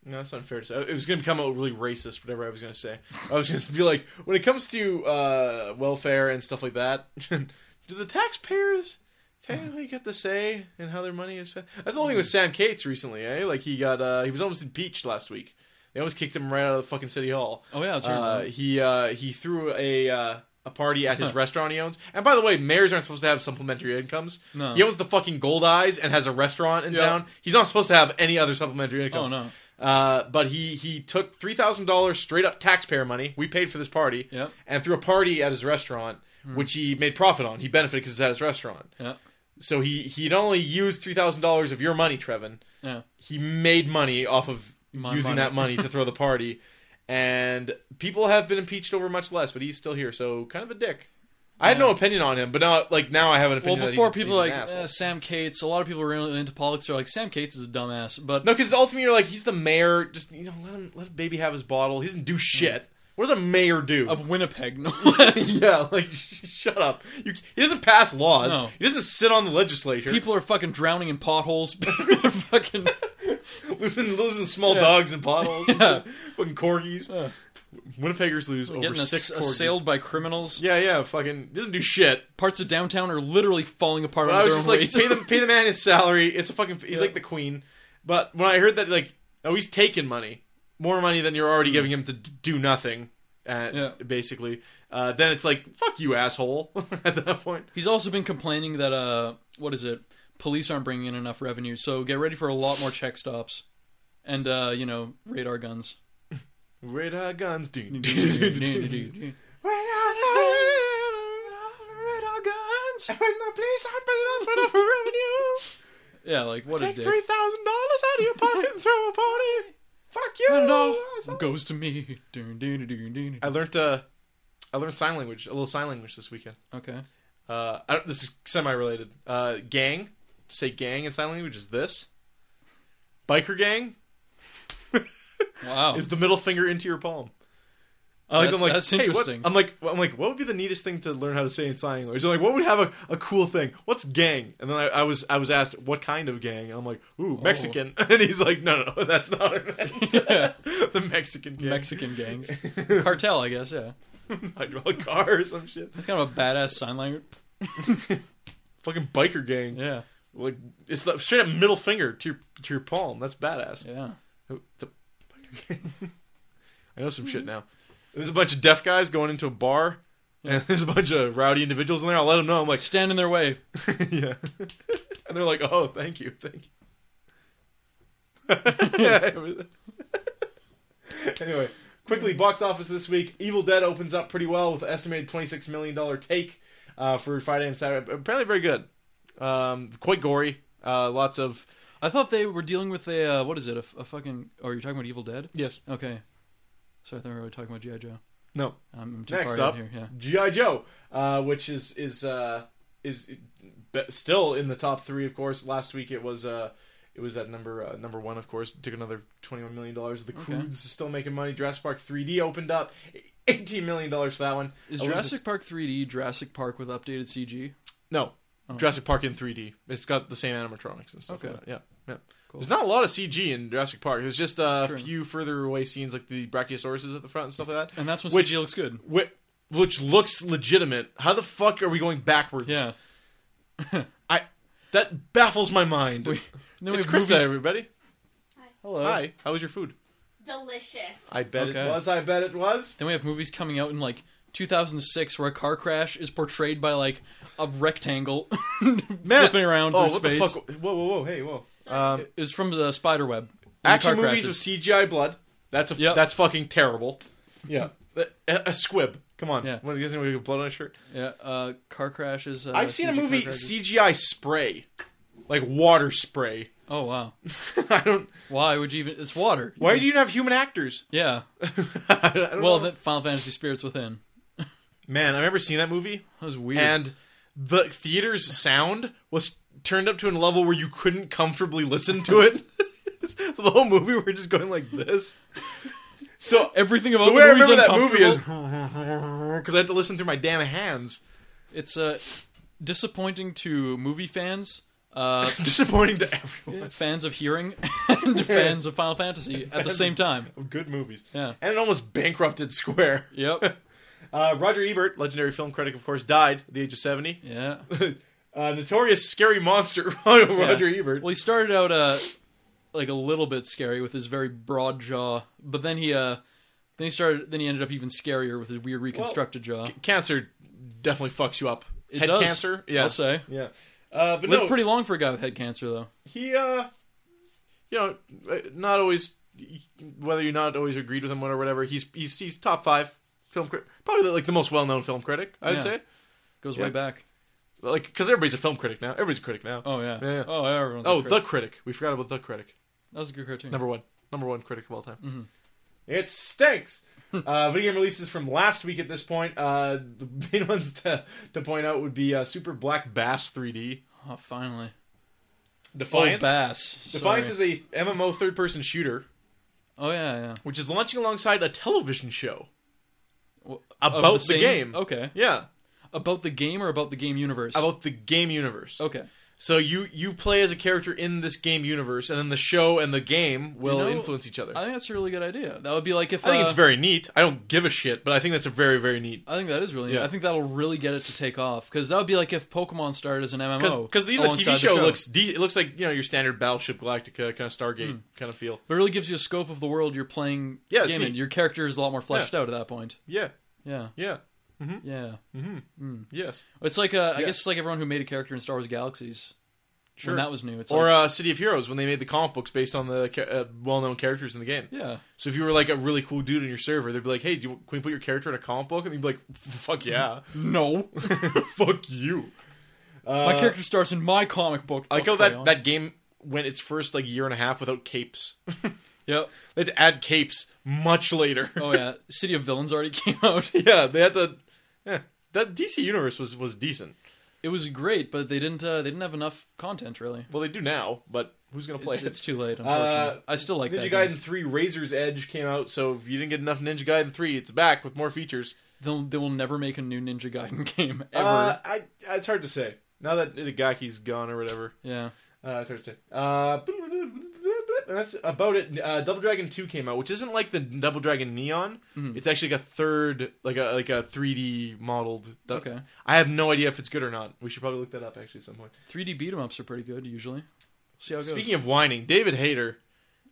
[SPEAKER 2] no, that's unfair to say. It was going to become a really racist. Whatever I was going to say, I was going to be like, when it comes to uh, welfare and stuff like that, do the taxpayers technically get the say in how their money is spent. That's the only thing with Sam Cates recently, eh? Like he got uh he was almost impeached last week. They almost kicked him right out of the fucking city hall.
[SPEAKER 1] Oh yeah, that's right.
[SPEAKER 2] Uh, he uh, he threw a uh, a party at his restaurant he owns. And by the way, mayors aren't supposed to have supplementary incomes.
[SPEAKER 1] No.
[SPEAKER 2] He owns the fucking Gold Eyes and has a restaurant in
[SPEAKER 1] Yeah.
[SPEAKER 2] town. He's not supposed to have any other supplementary
[SPEAKER 1] oh
[SPEAKER 2] incomes.
[SPEAKER 1] no.
[SPEAKER 2] Uh, but he he took three thousand dollars straight up taxpayer money. We paid for this party.
[SPEAKER 1] Yep.
[SPEAKER 2] And threw a party at his restaurant, which he made profit on. He benefited because it's at his restaurant.
[SPEAKER 1] Hmm. Yeah.
[SPEAKER 2] So he he not only used three thousand dollars of your money, Trevin.
[SPEAKER 1] Yeah.
[SPEAKER 2] He made money off of
[SPEAKER 1] My
[SPEAKER 2] using
[SPEAKER 1] money.
[SPEAKER 2] that money to throw the party, and people have been impeached over much less, but he's still here. So kind of a dick. I had
[SPEAKER 1] Yeah.
[SPEAKER 2] no opinion on him, but now like now I have an
[SPEAKER 1] Well,
[SPEAKER 2] opinion. that
[SPEAKER 1] before
[SPEAKER 2] he's-
[SPEAKER 1] people like
[SPEAKER 2] he's an asshole.
[SPEAKER 1] eh, Sam Cates, a lot of people were really into politics. They're like, Sam Cates is a dumbass, but
[SPEAKER 2] No, because ultimately you're like he's the mayor. Just you know, let him let a baby have his bottle. He doesn't do shit. What does a mayor do?
[SPEAKER 1] Mm. of Winnipeg, no less.
[SPEAKER 2] yeah, like sh- shut up. You, he doesn't pass laws.
[SPEAKER 1] No.
[SPEAKER 2] He doesn't sit on the legislature.
[SPEAKER 1] People are fucking drowning in potholes. People are fucking.
[SPEAKER 2] losing losing small
[SPEAKER 1] Yeah.
[SPEAKER 2] dogs and bottles. and
[SPEAKER 1] Yeah.
[SPEAKER 2] shit. fucking corgis.
[SPEAKER 1] Yeah.
[SPEAKER 2] Winnipeggers lose over
[SPEAKER 1] getting
[SPEAKER 2] six
[SPEAKER 1] ass-
[SPEAKER 2] corgis.
[SPEAKER 1] assailed by criminals.
[SPEAKER 2] Yeah, yeah. Fucking doesn't do shit.
[SPEAKER 1] Parts of downtown are literally falling apart
[SPEAKER 2] But
[SPEAKER 1] under
[SPEAKER 2] I was
[SPEAKER 1] their
[SPEAKER 2] just
[SPEAKER 1] own
[SPEAKER 2] like,
[SPEAKER 1] weight.
[SPEAKER 2] pay the pay the man his salary. It's a fucking. He's
[SPEAKER 1] Yeah.
[SPEAKER 2] like the queen. But when I heard that, like, oh, he's taking money, more money than you're already giving him to d- do nothing. Uh,
[SPEAKER 1] Mm. Yeah.
[SPEAKER 2] Basically, uh, then it's like, fuck you, asshole. At that point,
[SPEAKER 1] He's also been complaining that uh, what is it? Police aren't bringing in enough revenue, so get ready for a lot more check stops, and uh, you know, radar guns.
[SPEAKER 2] radar guns, dude.
[SPEAKER 1] radar guns.
[SPEAKER 2] When the police aren't big enough for enough revenue,
[SPEAKER 1] Yeah, like what a
[SPEAKER 2] take
[SPEAKER 1] dick.
[SPEAKER 2] three thousand dollars out of your pocket and throw a party. Fuck you.
[SPEAKER 1] And all
[SPEAKER 2] asshole.
[SPEAKER 1] goes to me. Dun, dun, dun, dun, dun.
[SPEAKER 2] I learned uh, I learned sign language, a little sign language this weekend.
[SPEAKER 1] Okay.
[SPEAKER 2] Uh, I don't, this is semi-related. Uh, gang, to say gang in sign language is this. Biker gang
[SPEAKER 1] Wow.
[SPEAKER 2] is the middle finger into your palm. I
[SPEAKER 1] Oh.
[SPEAKER 2] like,
[SPEAKER 1] That's-
[SPEAKER 2] I'm like,
[SPEAKER 1] that's
[SPEAKER 2] "Hey, what-"
[SPEAKER 1] interesting.
[SPEAKER 2] I'm like, I'm like, what would be the neatest thing to learn how to say in sign language? They're like, what would have a, a cool thing? What's gang? And then I, I was I was asked what kind of gang, and I'm like,
[SPEAKER 1] Oh.
[SPEAKER 2] ooh, Mexican. And he's like, no, no, that's not what I meant.
[SPEAKER 1] Yeah.
[SPEAKER 2] the Mexican gang,
[SPEAKER 1] Mexican gangs, cartel, I guess. Yeah,
[SPEAKER 2] hydraulic car or some shit.
[SPEAKER 1] that's kind of a badass sign language.
[SPEAKER 2] Fucking biker gang.
[SPEAKER 1] Yeah,
[SPEAKER 2] Like it's the straight up middle finger to your to your palm. That's badass.
[SPEAKER 1] yeah.
[SPEAKER 2] The- I know some
[SPEAKER 1] Mm-hmm.
[SPEAKER 2] shit now. There's a bunch of deaf guys going into a bar, and there's a bunch of rowdy individuals in there. I'll let them know. I'm like,
[SPEAKER 1] Stand in their way.
[SPEAKER 2] yeah, and they're like, oh, thank you, thank you. anyway, quickly, box office this week. Evil Dead opens up pretty well with an estimated 26 million dollar take uh, for Friday and Saturday. Apparently, very good. Um, quite gory. Uh, lots of
[SPEAKER 1] I thought they were dealing with a uh, what is it? A, f- a fucking? Oh, you're talking about Evil Dead?
[SPEAKER 2] yes.
[SPEAKER 1] Okay. Sorry, I thought we were talking about GI Joe.
[SPEAKER 2] No,
[SPEAKER 1] I'm too
[SPEAKER 2] Next
[SPEAKER 1] far
[SPEAKER 2] up.
[SPEAKER 1] in here. Yeah.
[SPEAKER 2] GI Joe, uh, which is is uh, is be- still in the top three, of course. Last week it was uh, it was at number uh, number one, of course. took another twenty one million dollars. The
[SPEAKER 1] Okay.
[SPEAKER 2] Croods is still making money. Jurassic Park 3D opened up, eighteen million dollars for that one.
[SPEAKER 1] Is
[SPEAKER 2] Olympus-
[SPEAKER 1] Jurassic Park 3D Jurassic Park with updated CG?
[SPEAKER 2] No,
[SPEAKER 1] Oh.
[SPEAKER 2] Jurassic Park in 3D. It's got the same animatronics and stuff.
[SPEAKER 1] Okay.
[SPEAKER 2] Like that. Yeah. Yeah.
[SPEAKER 1] Cool.
[SPEAKER 2] There's not a lot of CG in Jurassic Park. There's just uh,
[SPEAKER 1] That's
[SPEAKER 2] a
[SPEAKER 1] true.
[SPEAKER 2] few further away scenes, like the Brachiosauruses at the front and stuff like that,
[SPEAKER 1] And that's when
[SPEAKER 2] Which-
[SPEAKER 1] CG looks good.
[SPEAKER 2] which, which looks legitimate. How the fuck are we going backwards?
[SPEAKER 1] Yeah.
[SPEAKER 2] I that baffles my mind.
[SPEAKER 1] We, then
[SPEAKER 2] it's
[SPEAKER 1] we have
[SPEAKER 2] Krista,
[SPEAKER 1] movies-
[SPEAKER 2] everybody.
[SPEAKER 1] Hello.
[SPEAKER 2] Hi. How was your food?
[SPEAKER 3] Delicious.
[SPEAKER 2] I bet
[SPEAKER 1] Okay.
[SPEAKER 2] it was. I bet it was.
[SPEAKER 1] Then we have movies coming out in like 2006 where a car crash is portrayed by like a rectangle flipping around
[SPEAKER 2] Oh,
[SPEAKER 1] through
[SPEAKER 2] what
[SPEAKER 1] space.
[SPEAKER 2] the fuck? Whoa, whoa, whoa! Hey, whoa! Um,
[SPEAKER 1] It was from the spider web.
[SPEAKER 2] action
[SPEAKER 1] car
[SPEAKER 2] movies with
[SPEAKER 1] crashes.
[SPEAKER 2] CGI blood. That's a
[SPEAKER 1] Yep.
[SPEAKER 2] that's fucking terrible. Yeah, a, a squib. Come on.
[SPEAKER 1] Yeah.
[SPEAKER 2] What do you guys think? We got blood on a shirt.
[SPEAKER 1] Yeah, uh, car crashes. Uh,
[SPEAKER 2] I've seen a
[SPEAKER 1] CG car
[SPEAKER 2] movie
[SPEAKER 1] crashes.
[SPEAKER 2] CGI spray, like water spray.
[SPEAKER 1] oh wow!
[SPEAKER 2] I don't.
[SPEAKER 1] Why would you even? It's water.
[SPEAKER 2] Why do you even have human actors?
[SPEAKER 1] Yeah.
[SPEAKER 2] I don't
[SPEAKER 1] Well,
[SPEAKER 2] know.
[SPEAKER 1] the Final Fantasy Spirits Within.
[SPEAKER 2] man, I remember seeing that movie.
[SPEAKER 1] That was weird.
[SPEAKER 2] and the theater's sound was turned up to a level where you couldn't comfortably listen to it. so the whole movie we're just going like this. So
[SPEAKER 1] everything about
[SPEAKER 2] the
[SPEAKER 1] the,
[SPEAKER 2] way I
[SPEAKER 1] movie's
[SPEAKER 2] remember that movie is
[SPEAKER 1] uncomfortable.
[SPEAKER 2] because I had to listen through my damn hands.
[SPEAKER 1] it's uh, disappointing to movie fans, uh,
[SPEAKER 2] Disappointing to everyone.
[SPEAKER 1] fans of hearing, and fans of Final Fantasy at the same time.
[SPEAKER 2] Of Good movies.
[SPEAKER 1] Yeah.
[SPEAKER 2] And it almost bankrupted Square.
[SPEAKER 1] Yep.
[SPEAKER 2] Uh, Roger Ebert, legendary film critic, of course, died at the age of 70.
[SPEAKER 1] Yeah.
[SPEAKER 2] uh, Uh, notorious scary monster Roger Roger
[SPEAKER 1] Yeah.
[SPEAKER 2] Ebert.
[SPEAKER 1] Well, he started out uh, like a little bit scary with his very broad jaw, but then he uh, then he started then he ended up even scarier with his weird reconstructed jaw.
[SPEAKER 2] Cancer definitely fucks you up.
[SPEAKER 1] It
[SPEAKER 2] Head
[SPEAKER 1] does,
[SPEAKER 2] cancer. Yeah.
[SPEAKER 1] I'll say.
[SPEAKER 2] Yeah. Uh, but
[SPEAKER 1] Lived
[SPEAKER 2] no,
[SPEAKER 1] pretty long for a guy with head cancer, though.
[SPEAKER 2] he uh you know uh, not always whether you not always agreed with him or whatever he's he's he's top five film critic probably like the most well-known film critic i'd
[SPEAKER 1] Yeah.
[SPEAKER 2] say
[SPEAKER 1] Goes
[SPEAKER 2] Yeah.
[SPEAKER 1] way back.
[SPEAKER 2] like because everybody's a film critic now everybody's a critic now
[SPEAKER 1] Oh yeah.
[SPEAKER 2] Yeah, yeah.
[SPEAKER 1] Oh, yeah, everyone's. a
[SPEAKER 2] oh
[SPEAKER 1] critic.
[SPEAKER 2] the critic we forgot about the critic
[SPEAKER 1] that was a good cartoon.
[SPEAKER 2] number one number one critic of all time
[SPEAKER 1] Mm-hmm.
[SPEAKER 2] it stinks uh, video game releases from last week at this point uh, the main ones to, to point out would be uh, super black bass 3d
[SPEAKER 1] Oh, finally.
[SPEAKER 2] defiance
[SPEAKER 1] Oh, Bass.
[SPEAKER 2] defiance
[SPEAKER 1] Sorry.
[SPEAKER 2] is a mmo third-person shooter
[SPEAKER 1] Oh yeah, yeah.
[SPEAKER 2] which is launching alongside a television show
[SPEAKER 1] Well,
[SPEAKER 2] About
[SPEAKER 1] of
[SPEAKER 2] the
[SPEAKER 1] same-
[SPEAKER 2] game.
[SPEAKER 1] Okay.
[SPEAKER 2] Yeah,
[SPEAKER 1] About the game or about the game universe?
[SPEAKER 2] about the game universe.
[SPEAKER 1] okay.
[SPEAKER 2] Oh. So you you play as a character in this game universe, and then the show and the game will
[SPEAKER 1] You know,
[SPEAKER 2] influence each other.
[SPEAKER 1] I
[SPEAKER 2] I,
[SPEAKER 1] think that's a really good idea. That would be like if
[SPEAKER 2] think
[SPEAKER 1] uh,
[SPEAKER 2] it's very neat. I don't give a shit, but I think that's a very very neat.
[SPEAKER 1] I think that is really.
[SPEAKER 2] Yeah.
[SPEAKER 1] I think that'll really get it to take off because that would be like if Pokemon started as an MMO.
[SPEAKER 2] Because the, the
[SPEAKER 1] Oh, alongside
[SPEAKER 2] TV show, looks de- it looks like you know your standard Battleship Galactica kind of Stargate
[SPEAKER 1] Hmm.
[SPEAKER 2] kind of feel.
[SPEAKER 1] but it really gives you a scope of the world you're playing.
[SPEAKER 2] Yeah, it's
[SPEAKER 1] game in.
[SPEAKER 2] neat.
[SPEAKER 1] your character is a lot more fleshed out at that point.
[SPEAKER 2] Yeah,
[SPEAKER 1] Yeah,
[SPEAKER 2] yeah,
[SPEAKER 1] yeah.
[SPEAKER 2] yes,
[SPEAKER 1] It's like uh, I
[SPEAKER 2] Hmm? Yeah.
[SPEAKER 1] guess it's like everyone who made a character in Star Wars Galaxies.
[SPEAKER 2] sure.
[SPEAKER 1] when that was new. It's
[SPEAKER 2] or
[SPEAKER 1] like,
[SPEAKER 2] uh, City of Heroes when they made the comic books based on the ca- uh, well-known characters in the game.
[SPEAKER 1] yeah,
[SPEAKER 2] So if you were like a really cool dude in your server, they'd be like, "Hey, do you, can we put your character in a comic book?" And you'd be like, "Fuck yeah,
[SPEAKER 1] no.
[SPEAKER 2] fuck you."
[SPEAKER 1] my character starts in my comic book.
[SPEAKER 2] I like how
[SPEAKER 1] go
[SPEAKER 2] that that game went its first like year and a half without capes.
[SPEAKER 1] Yep.
[SPEAKER 2] they had to add capes much later.
[SPEAKER 1] Oh yeah, City of Villains already came out.
[SPEAKER 2] yeah, they had to. Yeah, that DC universe was was decent.
[SPEAKER 1] It was great, but they didn't uh, they didn't have enough content really.
[SPEAKER 2] Well, they do now, but who's gonna play
[SPEAKER 1] It's,
[SPEAKER 2] it?
[SPEAKER 1] it's too late, unfortunately.
[SPEAKER 2] Uh,
[SPEAKER 1] I still like
[SPEAKER 2] Ninja
[SPEAKER 1] that.
[SPEAKER 2] Gaiden
[SPEAKER 1] game.
[SPEAKER 2] Three Razor's Edge came out, so if you didn't get enough Ninja Gaiden Three, it's back with more features.
[SPEAKER 1] They'll, they will never make a new Ninja Gaiden game ever.
[SPEAKER 2] Uh, I it's hard to say now that Itagaki's gone or whatever.
[SPEAKER 1] yeah.
[SPEAKER 2] Uh, that's what it said. Uh, and that's about it. Uh, Double Dragon Two came out, which isn't like the Double Dragon Neon.
[SPEAKER 1] Mm-hmm.
[SPEAKER 2] It's actually like a third, like a like a three D modeled.
[SPEAKER 1] Okay.
[SPEAKER 2] I have no idea if it's good or not. We should probably look that up actually at some point.
[SPEAKER 1] 3D beat 'em ups are pretty good usually. See how Oh, it
[SPEAKER 2] Speaking of whining, David Hayter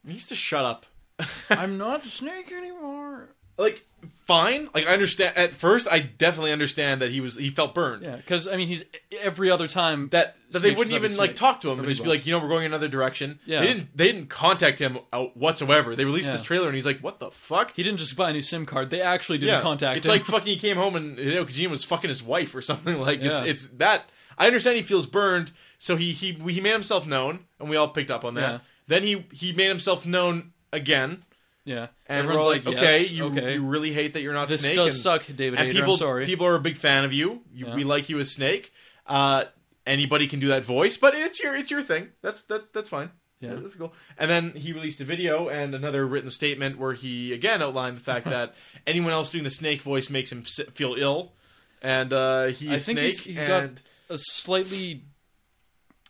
[SPEAKER 2] needs to shut up.
[SPEAKER 1] goes. I'm not a snake anymore.
[SPEAKER 2] like fine, like I understand. At first, I definitely understand that he was he felt burned.
[SPEAKER 1] Yeah, because I mean, he's every other time
[SPEAKER 2] That, that they
[SPEAKER 1] Snitch
[SPEAKER 2] wouldn't
[SPEAKER 1] was
[SPEAKER 2] even
[SPEAKER 1] obviously
[SPEAKER 2] like
[SPEAKER 1] right.
[SPEAKER 2] talk to him. They'd
[SPEAKER 1] Everybody
[SPEAKER 2] just be
[SPEAKER 1] was.
[SPEAKER 2] like, you know, we're going another direction.
[SPEAKER 1] Yeah.
[SPEAKER 2] They didn't they didn't contact him uh, whatsoever. They released
[SPEAKER 1] Yeah.
[SPEAKER 2] this trailer and he's like, what the fuck?
[SPEAKER 1] he didn't just buy a new SIM card. They actually didn't contact
[SPEAKER 2] it's
[SPEAKER 1] him.
[SPEAKER 2] like fucking he came home and Hideo Kojima was fucking his wife or something. Like it's
[SPEAKER 1] Yeah.
[SPEAKER 2] it's that. I understand he feels burned, so he he he made himself known, and we all picked up on that.
[SPEAKER 1] Yeah.
[SPEAKER 2] Then he he made himself known again,
[SPEAKER 1] yeah,
[SPEAKER 2] and
[SPEAKER 1] everyone's
[SPEAKER 2] we're all
[SPEAKER 1] like,
[SPEAKER 2] okay,
[SPEAKER 1] yes,
[SPEAKER 2] you
[SPEAKER 1] okay,
[SPEAKER 2] you really hate that you're not
[SPEAKER 1] this
[SPEAKER 2] Snake,
[SPEAKER 1] does
[SPEAKER 2] and,
[SPEAKER 1] suck, David.
[SPEAKER 2] and
[SPEAKER 1] Hayter,
[SPEAKER 2] people
[SPEAKER 1] I'm sorry.
[SPEAKER 2] people are a big fan of you. you
[SPEAKER 1] Yeah.
[SPEAKER 2] We like you as Snake. Uh, anybody can do that voice, but it's your it's your thing. That's that that's fine.
[SPEAKER 1] Yeah.
[SPEAKER 2] that's cool. And then he released a video and another written statement where he again outlined the fact that anyone else doing the Snake voice makes him s- feel ill, and uh, he
[SPEAKER 1] I
[SPEAKER 2] is
[SPEAKER 1] think
[SPEAKER 2] Snake.
[SPEAKER 1] he's- he's got-
[SPEAKER 2] and
[SPEAKER 1] a slightly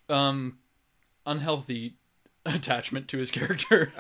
[SPEAKER 1] um unhealthy attachment to his character.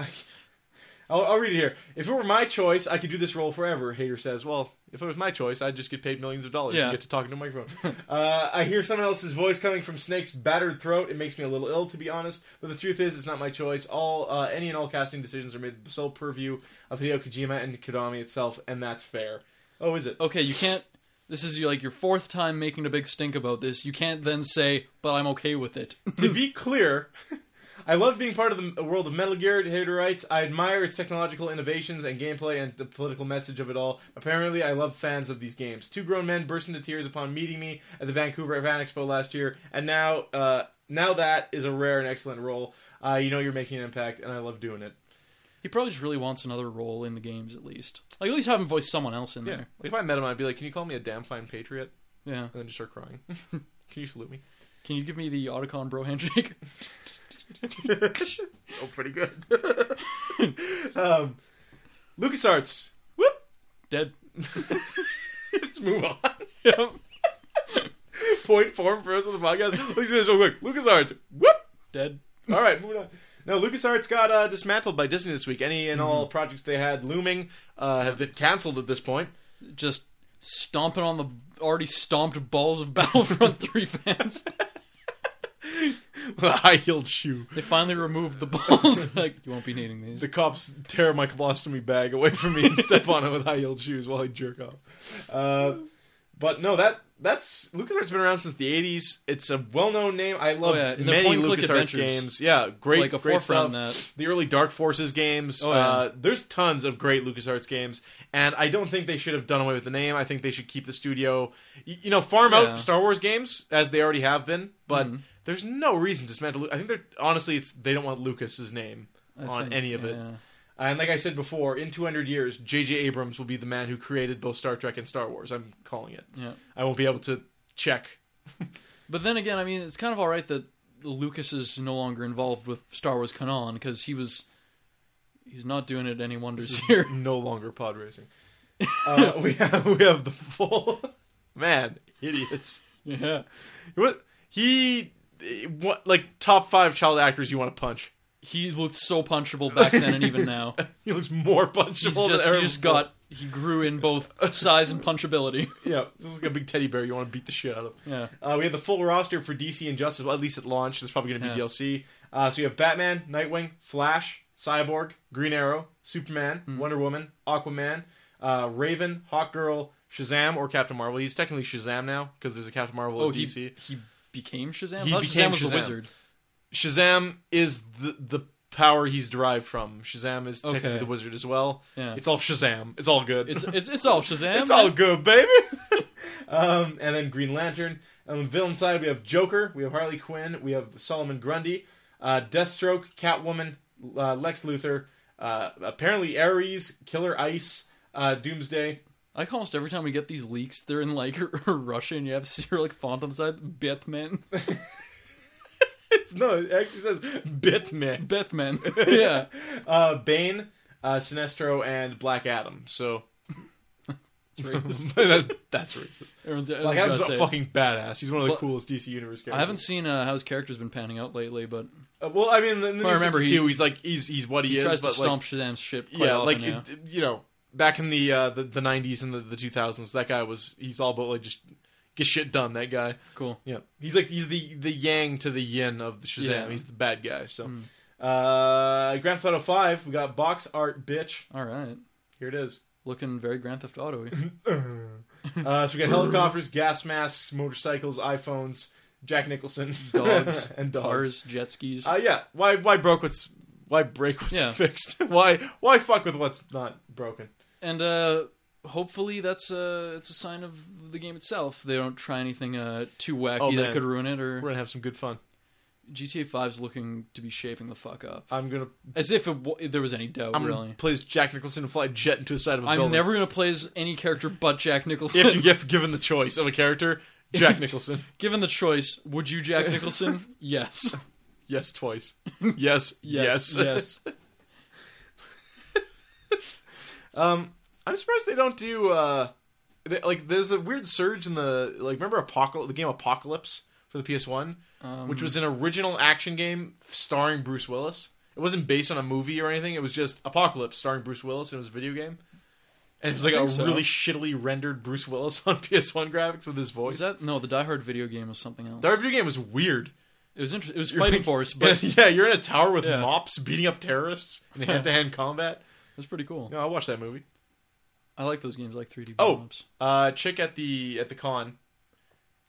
[SPEAKER 2] I'll, I'll read it here. If it were my choice, I could do this role forever. Hater says, "Well, if it was my choice, I'd just get paid millions of dollars
[SPEAKER 1] Yeah.
[SPEAKER 2] and get to talking to a microphone." uh, I hear someone else's voice coming from Snake's battered throat. It makes me a little ill, to be honest. But the truth is, it's not my choice. All uh, any and all casting decisions are made the sole purview of Hideo Kojima and Konami itself, and that's fair. Oh, is it?
[SPEAKER 1] okay, you can't. This is like your fourth time making a big stink about this. You can't then say, "But I'm okay with it."
[SPEAKER 2] to be clear, I love being part of the world of Metal Gear. Hater writes, I admire its technological innovations and gameplay and the political message of it all. Apparently, I love fans of these games. Two grown men burst into tears upon meeting me at the Vancouver Fan Expo last year, and now, uh, now that is a rare and excellent role. Uh, you know you're making an impact, and I love doing it.
[SPEAKER 1] he probably just really wants another role in the games, at least. Like at least have him voice someone else in
[SPEAKER 2] Yeah.
[SPEAKER 1] there.
[SPEAKER 2] Like if I met him, I'd be like, "Can you call me a damn fine patriot?"
[SPEAKER 1] Yeah.
[SPEAKER 2] And then just start crying. Can you salute me?
[SPEAKER 1] Can you give me the Otacon bro handshake?
[SPEAKER 2] oh, pretty good. um, LucasArts. Whoop.
[SPEAKER 1] Dead.
[SPEAKER 2] Let's move on. Point form for us on the podcast. Let's do this real quick. LucasArts. Whoop.
[SPEAKER 1] Dead.
[SPEAKER 2] All right, moving on. No, LucasArts got uh, dismantled by Disney this week. Any and all projects they had looming uh, have been canceled at this point.
[SPEAKER 1] Just stomping on the already stomped balls of Battlefront 3 fans.
[SPEAKER 2] with a high heeled shoe.
[SPEAKER 1] They finally removed the balls. They're like you won't be needing these.
[SPEAKER 2] The cops tear my colostomy bag away from me and step on it with high heeled shoes while I jerk off. Uh, but no, that that's LucasArts been around since the '80s. It's a well-known name. I love
[SPEAKER 1] Oh, yeah, and they're
[SPEAKER 2] many
[SPEAKER 1] point-and-click
[SPEAKER 2] LucasArts
[SPEAKER 1] adventures.
[SPEAKER 2] games. Yeah, great,
[SPEAKER 1] like a
[SPEAKER 2] great
[SPEAKER 1] forefront
[SPEAKER 2] stuff.
[SPEAKER 1] in that.
[SPEAKER 2] The early Dark Forces games.
[SPEAKER 1] Oh, yeah.
[SPEAKER 2] uh, there's tons of great LucasArts games, and I don't think they should have done away with the name. I think they should keep the studio. You, you know, farm
[SPEAKER 1] Yeah. Mm-hmm.
[SPEAKER 2] out Star Wars games as they already have been, but there's no reason to dismantle. Lu- I think they're honestly, it's they don't want Lucas's name
[SPEAKER 1] I
[SPEAKER 2] on
[SPEAKER 1] think,
[SPEAKER 2] any of it.
[SPEAKER 1] yeah.
[SPEAKER 2] And like I said before, in 200 years, J.J. Abrams will be the man who created both Star Trek and Star Wars. I'm calling it.
[SPEAKER 1] Yeah.
[SPEAKER 2] I won't be able to check.
[SPEAKER 1] But then again, I mean, it's kind of all right that Lucas is no longer involved with Star Wars canon because he was he's not doing it any wonders
[SPEAKER 2] This
[SPEAKER 1] here.
[SPEAKER 2] is no longer pod racing. Uh, we have we have the full man idiots.
[SPEAKER 1] yeah.
[SPEAKER 2] What he what like top five child actors you want to punch?
[SPEAKER 1] He looked so punchable back then and even now.
[SPEAKER 2] He looks more
[SPEAKER 1] He's
[SPEAKER 2] punchable.
[SPEAKER 1] just
[SPEAKER 2] than
[SPEAKER 1] he
[SPEAKER 2] ever
[SPEAKER 1] just
[SPEAKER 2] before.
[SPEAKER 1] got he grew in both size and punchability.
[SPEAKER 2] yeah. This is like a big teddy bear you want to beat the shit out of.
[SPEAKER 1] Yeah.
[SPEAKER 2] Uh, we have the full roster for DC and Justice, well, at least at launch. There's probably going to be
[SPEAKER 1] Yeah.
[SPEAKER 2] DLC. Uh, so you have Batman, Nightwing, Flash, Cyborg, Green Arrow, Superman,
[SPEAKER 1] Hmm.
[SPEAKER 2] Wonder Woman, Aquaman, uh, Raven, Hawkgirl, Shazam, or Captain Marvel. He's technically Shazam now because there's a Captain Marvel
[SPEAKER 1] Oh,
[SPEAKER 2] in
[SPEAKER 1] he
[SPEAKER 2] DC.
[SPEAKER 1] he became Shazam.
[SPEAKER 2] He
[SPEAKER 1] I thought Shazam
[SPEAKER 2] became
[SPEAKER 1] was
[SPEAKER 2] Shazam.
[SPEAKER 1] the wizard.
[SPEAKER 2] Shazam is the the power he's derived from. Shazam is technically
[SPEAKER 1] Okay.
[SPEAKER 2] the wizard as well.
[SPEAKER 1] Yeah.
[SPEAKER 2] It's all Shazam. It's all good.
[SPEAKER 1] It's it's it's all Shazam.
[SPEAKER 2] It's all good, baby. um, and then Green Lantern. On the villain side, we have Joker, we have Harley Quinn, we have Solomon Grundy, uh, Deathstroke, Catwoman, uh, Lex Luthor, uh, apparently Ares, Killer Ice, uh, Doomsday.
[SPEAKER 1] Like almost every time we get these leaks, they're in like Russian. You have Cyrillic font on the side. Batman,
[SPEAKER 2] It's no, it actually says Bitman.
[SPEAKER 1] Batman. yeah,
[SPEAKER 2] Uh, Bane, uh, Sinestro, and Black Adam. So
[SPEAKER 1] it's racist.
[SPEAKER 2] That- that's racist.
[SPEAKER 1] Everyone's,
[SPEAKER 2] Black
[SPEAKER 1] everyone's
[SPEAKER 2] Adam's
[SPEAKER 1] gotta
[SPEAKER 2] a
[SPEAKER 1] say.
[SPEAKER 2] fucking badass. He's one of the
[SPEAKER 1] But-
[SPEAKER 2] coolest DC Universe characters.
[SPEAKER 1] I haven't seen uh, how his character's been panning out lately, but
[SPEAKER 2] Uh, well, I mean, in the New
[SPEAKER 1] I remember he-
[SPEAKER 2] 52, he's like he's he's what he,
[SPEAKER 1] he
[SPEAKER 2] is,
[SPEAKER 1] tries to
[SPEAKER 2] but like,
[SPEAKER 1] stomp Shazam's shit. Quite
[SPEAKER 2] yeah,
[SPEAKER 1] often,
[SPEAKER 2] like
[SPEAKER 1] yeah.
[SPEAKER 2] it- you know, back in the uh, the the nineties and the the two thousands, that guy was he's all about like just get shit done. That guy,
[SPEAKER 1] cool.
[SPEAKER 2] yeah, he's like he's the the yang to the yin of the Shazam.
[SPEAKER 1] Yeah. Hmm.
[SPEAKER 2] He's the bad guy. So, uh, Grand Theft Auto Five, we got box art, bitch.
[SPEAKER 1] All right,
[SPEAKER 2] Here it is.
[SPEAKER 1] looking very Grand Theft Auto.
[SPEAKER 2] Uh, so we got helicopters, gas masks, motorcycles, iPhones, Jack Nicholson,
[SPEAKER 1] Dogs,
[SPEAKER 2] and dogs.
[SPEAKER 1] cars, jet skis.
[SPEAKER 2] Uh, yeah. Why why broke what's why break what's
[SPEAKER 1] Yeah.
[SPEAKER 2] fixed? why why fuck with what's not broken?
[SPEAKER 1] and uh, hopefully that's uh, it's a sign of the game itself. They don't try anything uh, too wacky
[SPEAKER 2] Oh, man.
[SPEAKER 1] that could ruin it.
[SPEAKER 2] We're
[SPEAKER 1] Or
[SPEAKER 2] gonna have some good fun.
[SPEAKER 1] GTA 5's looking to be shaping the fuck up,
[SPEAKER 2] I'm gonna
[SPEAKER 1] as if it w- if there was any doubt.
[SPEAKER 2] I'm
[SPEAKER 1] Oh, really,
[SPEAKER 2] gonna play as Jack Nicholson and fly a jet into the side of a
[SPEAKER 1] I'm
[SPEAKER 2] building.
[SPEAKER 1] never gonna play as any character but Jack Nicholson.
[SPEAKER 2] if you get given the choice of a character, Jack Nicholson.
[SPEAKER 1] Given the choice, would you Jack Nicholson? yes.
[SPEAKER 2] yes, twice. Yes, yes,
[SPEAKER 1] Yes. Yes.
[SPEAKER 2] Um, I'm surprised they don't do uh, they, like there's a weird surge in the like remember Apocalypse the game Apocalypse for the PS1,
[SPEAKER 1] Um,
[SPEAKER 2] which was an original action game starring Bruce Willis. It wasn't based on a movie or anything. It was just Apocalypse starring Bruce Willis, and it was a video game. And it was like
[SPEAKER 1] I
[SPEAKER 2] a
[SPEAKER 1] think so.
[SPEAKER 2] really shittily rendered Bruce Willis on PS1 graphics with his voice.
[SPEAKER 1] Was that no? The Die Hard video game was something else.
[SPEAKER 2] That review game was weird.
[SPEAKER 1] it was interesting. It was Fighting Force, but
[SPEAKER 2] But
[SPEAKER 1] it
[SPEAKER 2] yeah, you're in a tower with
[SPEAKER 1] Yeah.
[SPEAKER 2] mops beating up terrorists in hand-to-hand combat.
[SPEAKER 1] was pretty cool.
[SPEAKER 2] No, I watched that movie.
[SPEAKER 1] I like those games, like 3D.
[SPEAKER 2] Oh.
[SPEAKER 1] beat-em-ups.
[SPEAKER 2] Uh, chick at the at the con,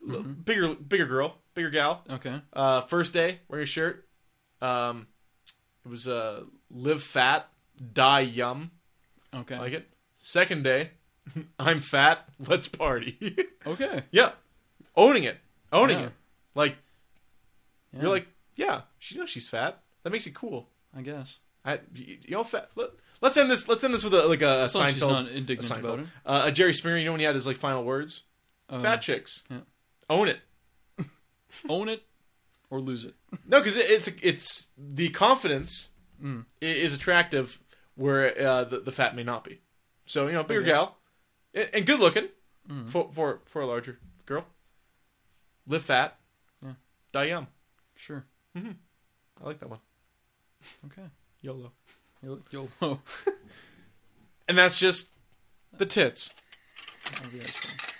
[SPEAKER 2] L-
[SPEAKER 1] Mm-hmm.
[SPEAKER 2] bigger bigger girl, bigger gal.
[SPEAKER 1] okay.
[SPEAKER 2] Uh, first day wearing a shirt. Um, it was uh, live fat, die yum.
[SPEAKER 1] Okay.
[SPEAKER 2] I like it. Second day, I'm fat. Let's party.
[SPEAKER 1] Okay.
[SPEAKER 2] yeah, owning it, owning
[SPEAKER 1] Yeah.
[SPEAKER 2] it. Like
[SPEAKER 1] Yeah,
[SPEAKER 2] you're like, yeah, she knows she's fat. That makes it cool.
[SPEAKER 1] I guess.
[SPEAKER 2] I, you know, fat, let, us end this. Let's end this with a, like a,
[SPEAKER 1] As long as
[SPEAKER 2] Seinfeld.
[SPEAKER 1] she's not
[SPEAKER 2] a
[SPEAKER 1] indignant
[SPEAKER 2] Seinfeld.
[SPEAKER 1] about it.
[SPEAKER 2] Uh, a Jerry Springer. You know when he had his like final words?
[SPEAKER 1] Um,
[SPEAKER 2] Fat chicks.
[SPEAKER 1] yeah.
[SPEAKER 2] Own it.
[SPEAKER 1] Own it or lose it.
[SPEAKER 2] No, because it, it's it's the confidence
[SPEAKER 1] Mm.
[SPEAKER 2] i- is attractive where uh, the, the fat may not be. So you know, bigger
[SPEAKER 1] guess.
[SPEAKER 2] gal and, and good looking for for for a larger girl. Live fat.
[SPEAKER 1] Yeah.
[SPEAKER 2] Die young.
[SPEAKER 1] Sure.
[SPEAKER 2] I like that one.
[SPEAKER 1] Okay.
[SPEAKER 2] YOLO.
[SPEAKER 1] Yo. yo whoa.
[SPEAKER 2] And that's just the tits.
[SPEAKER 1] That'd be nice one.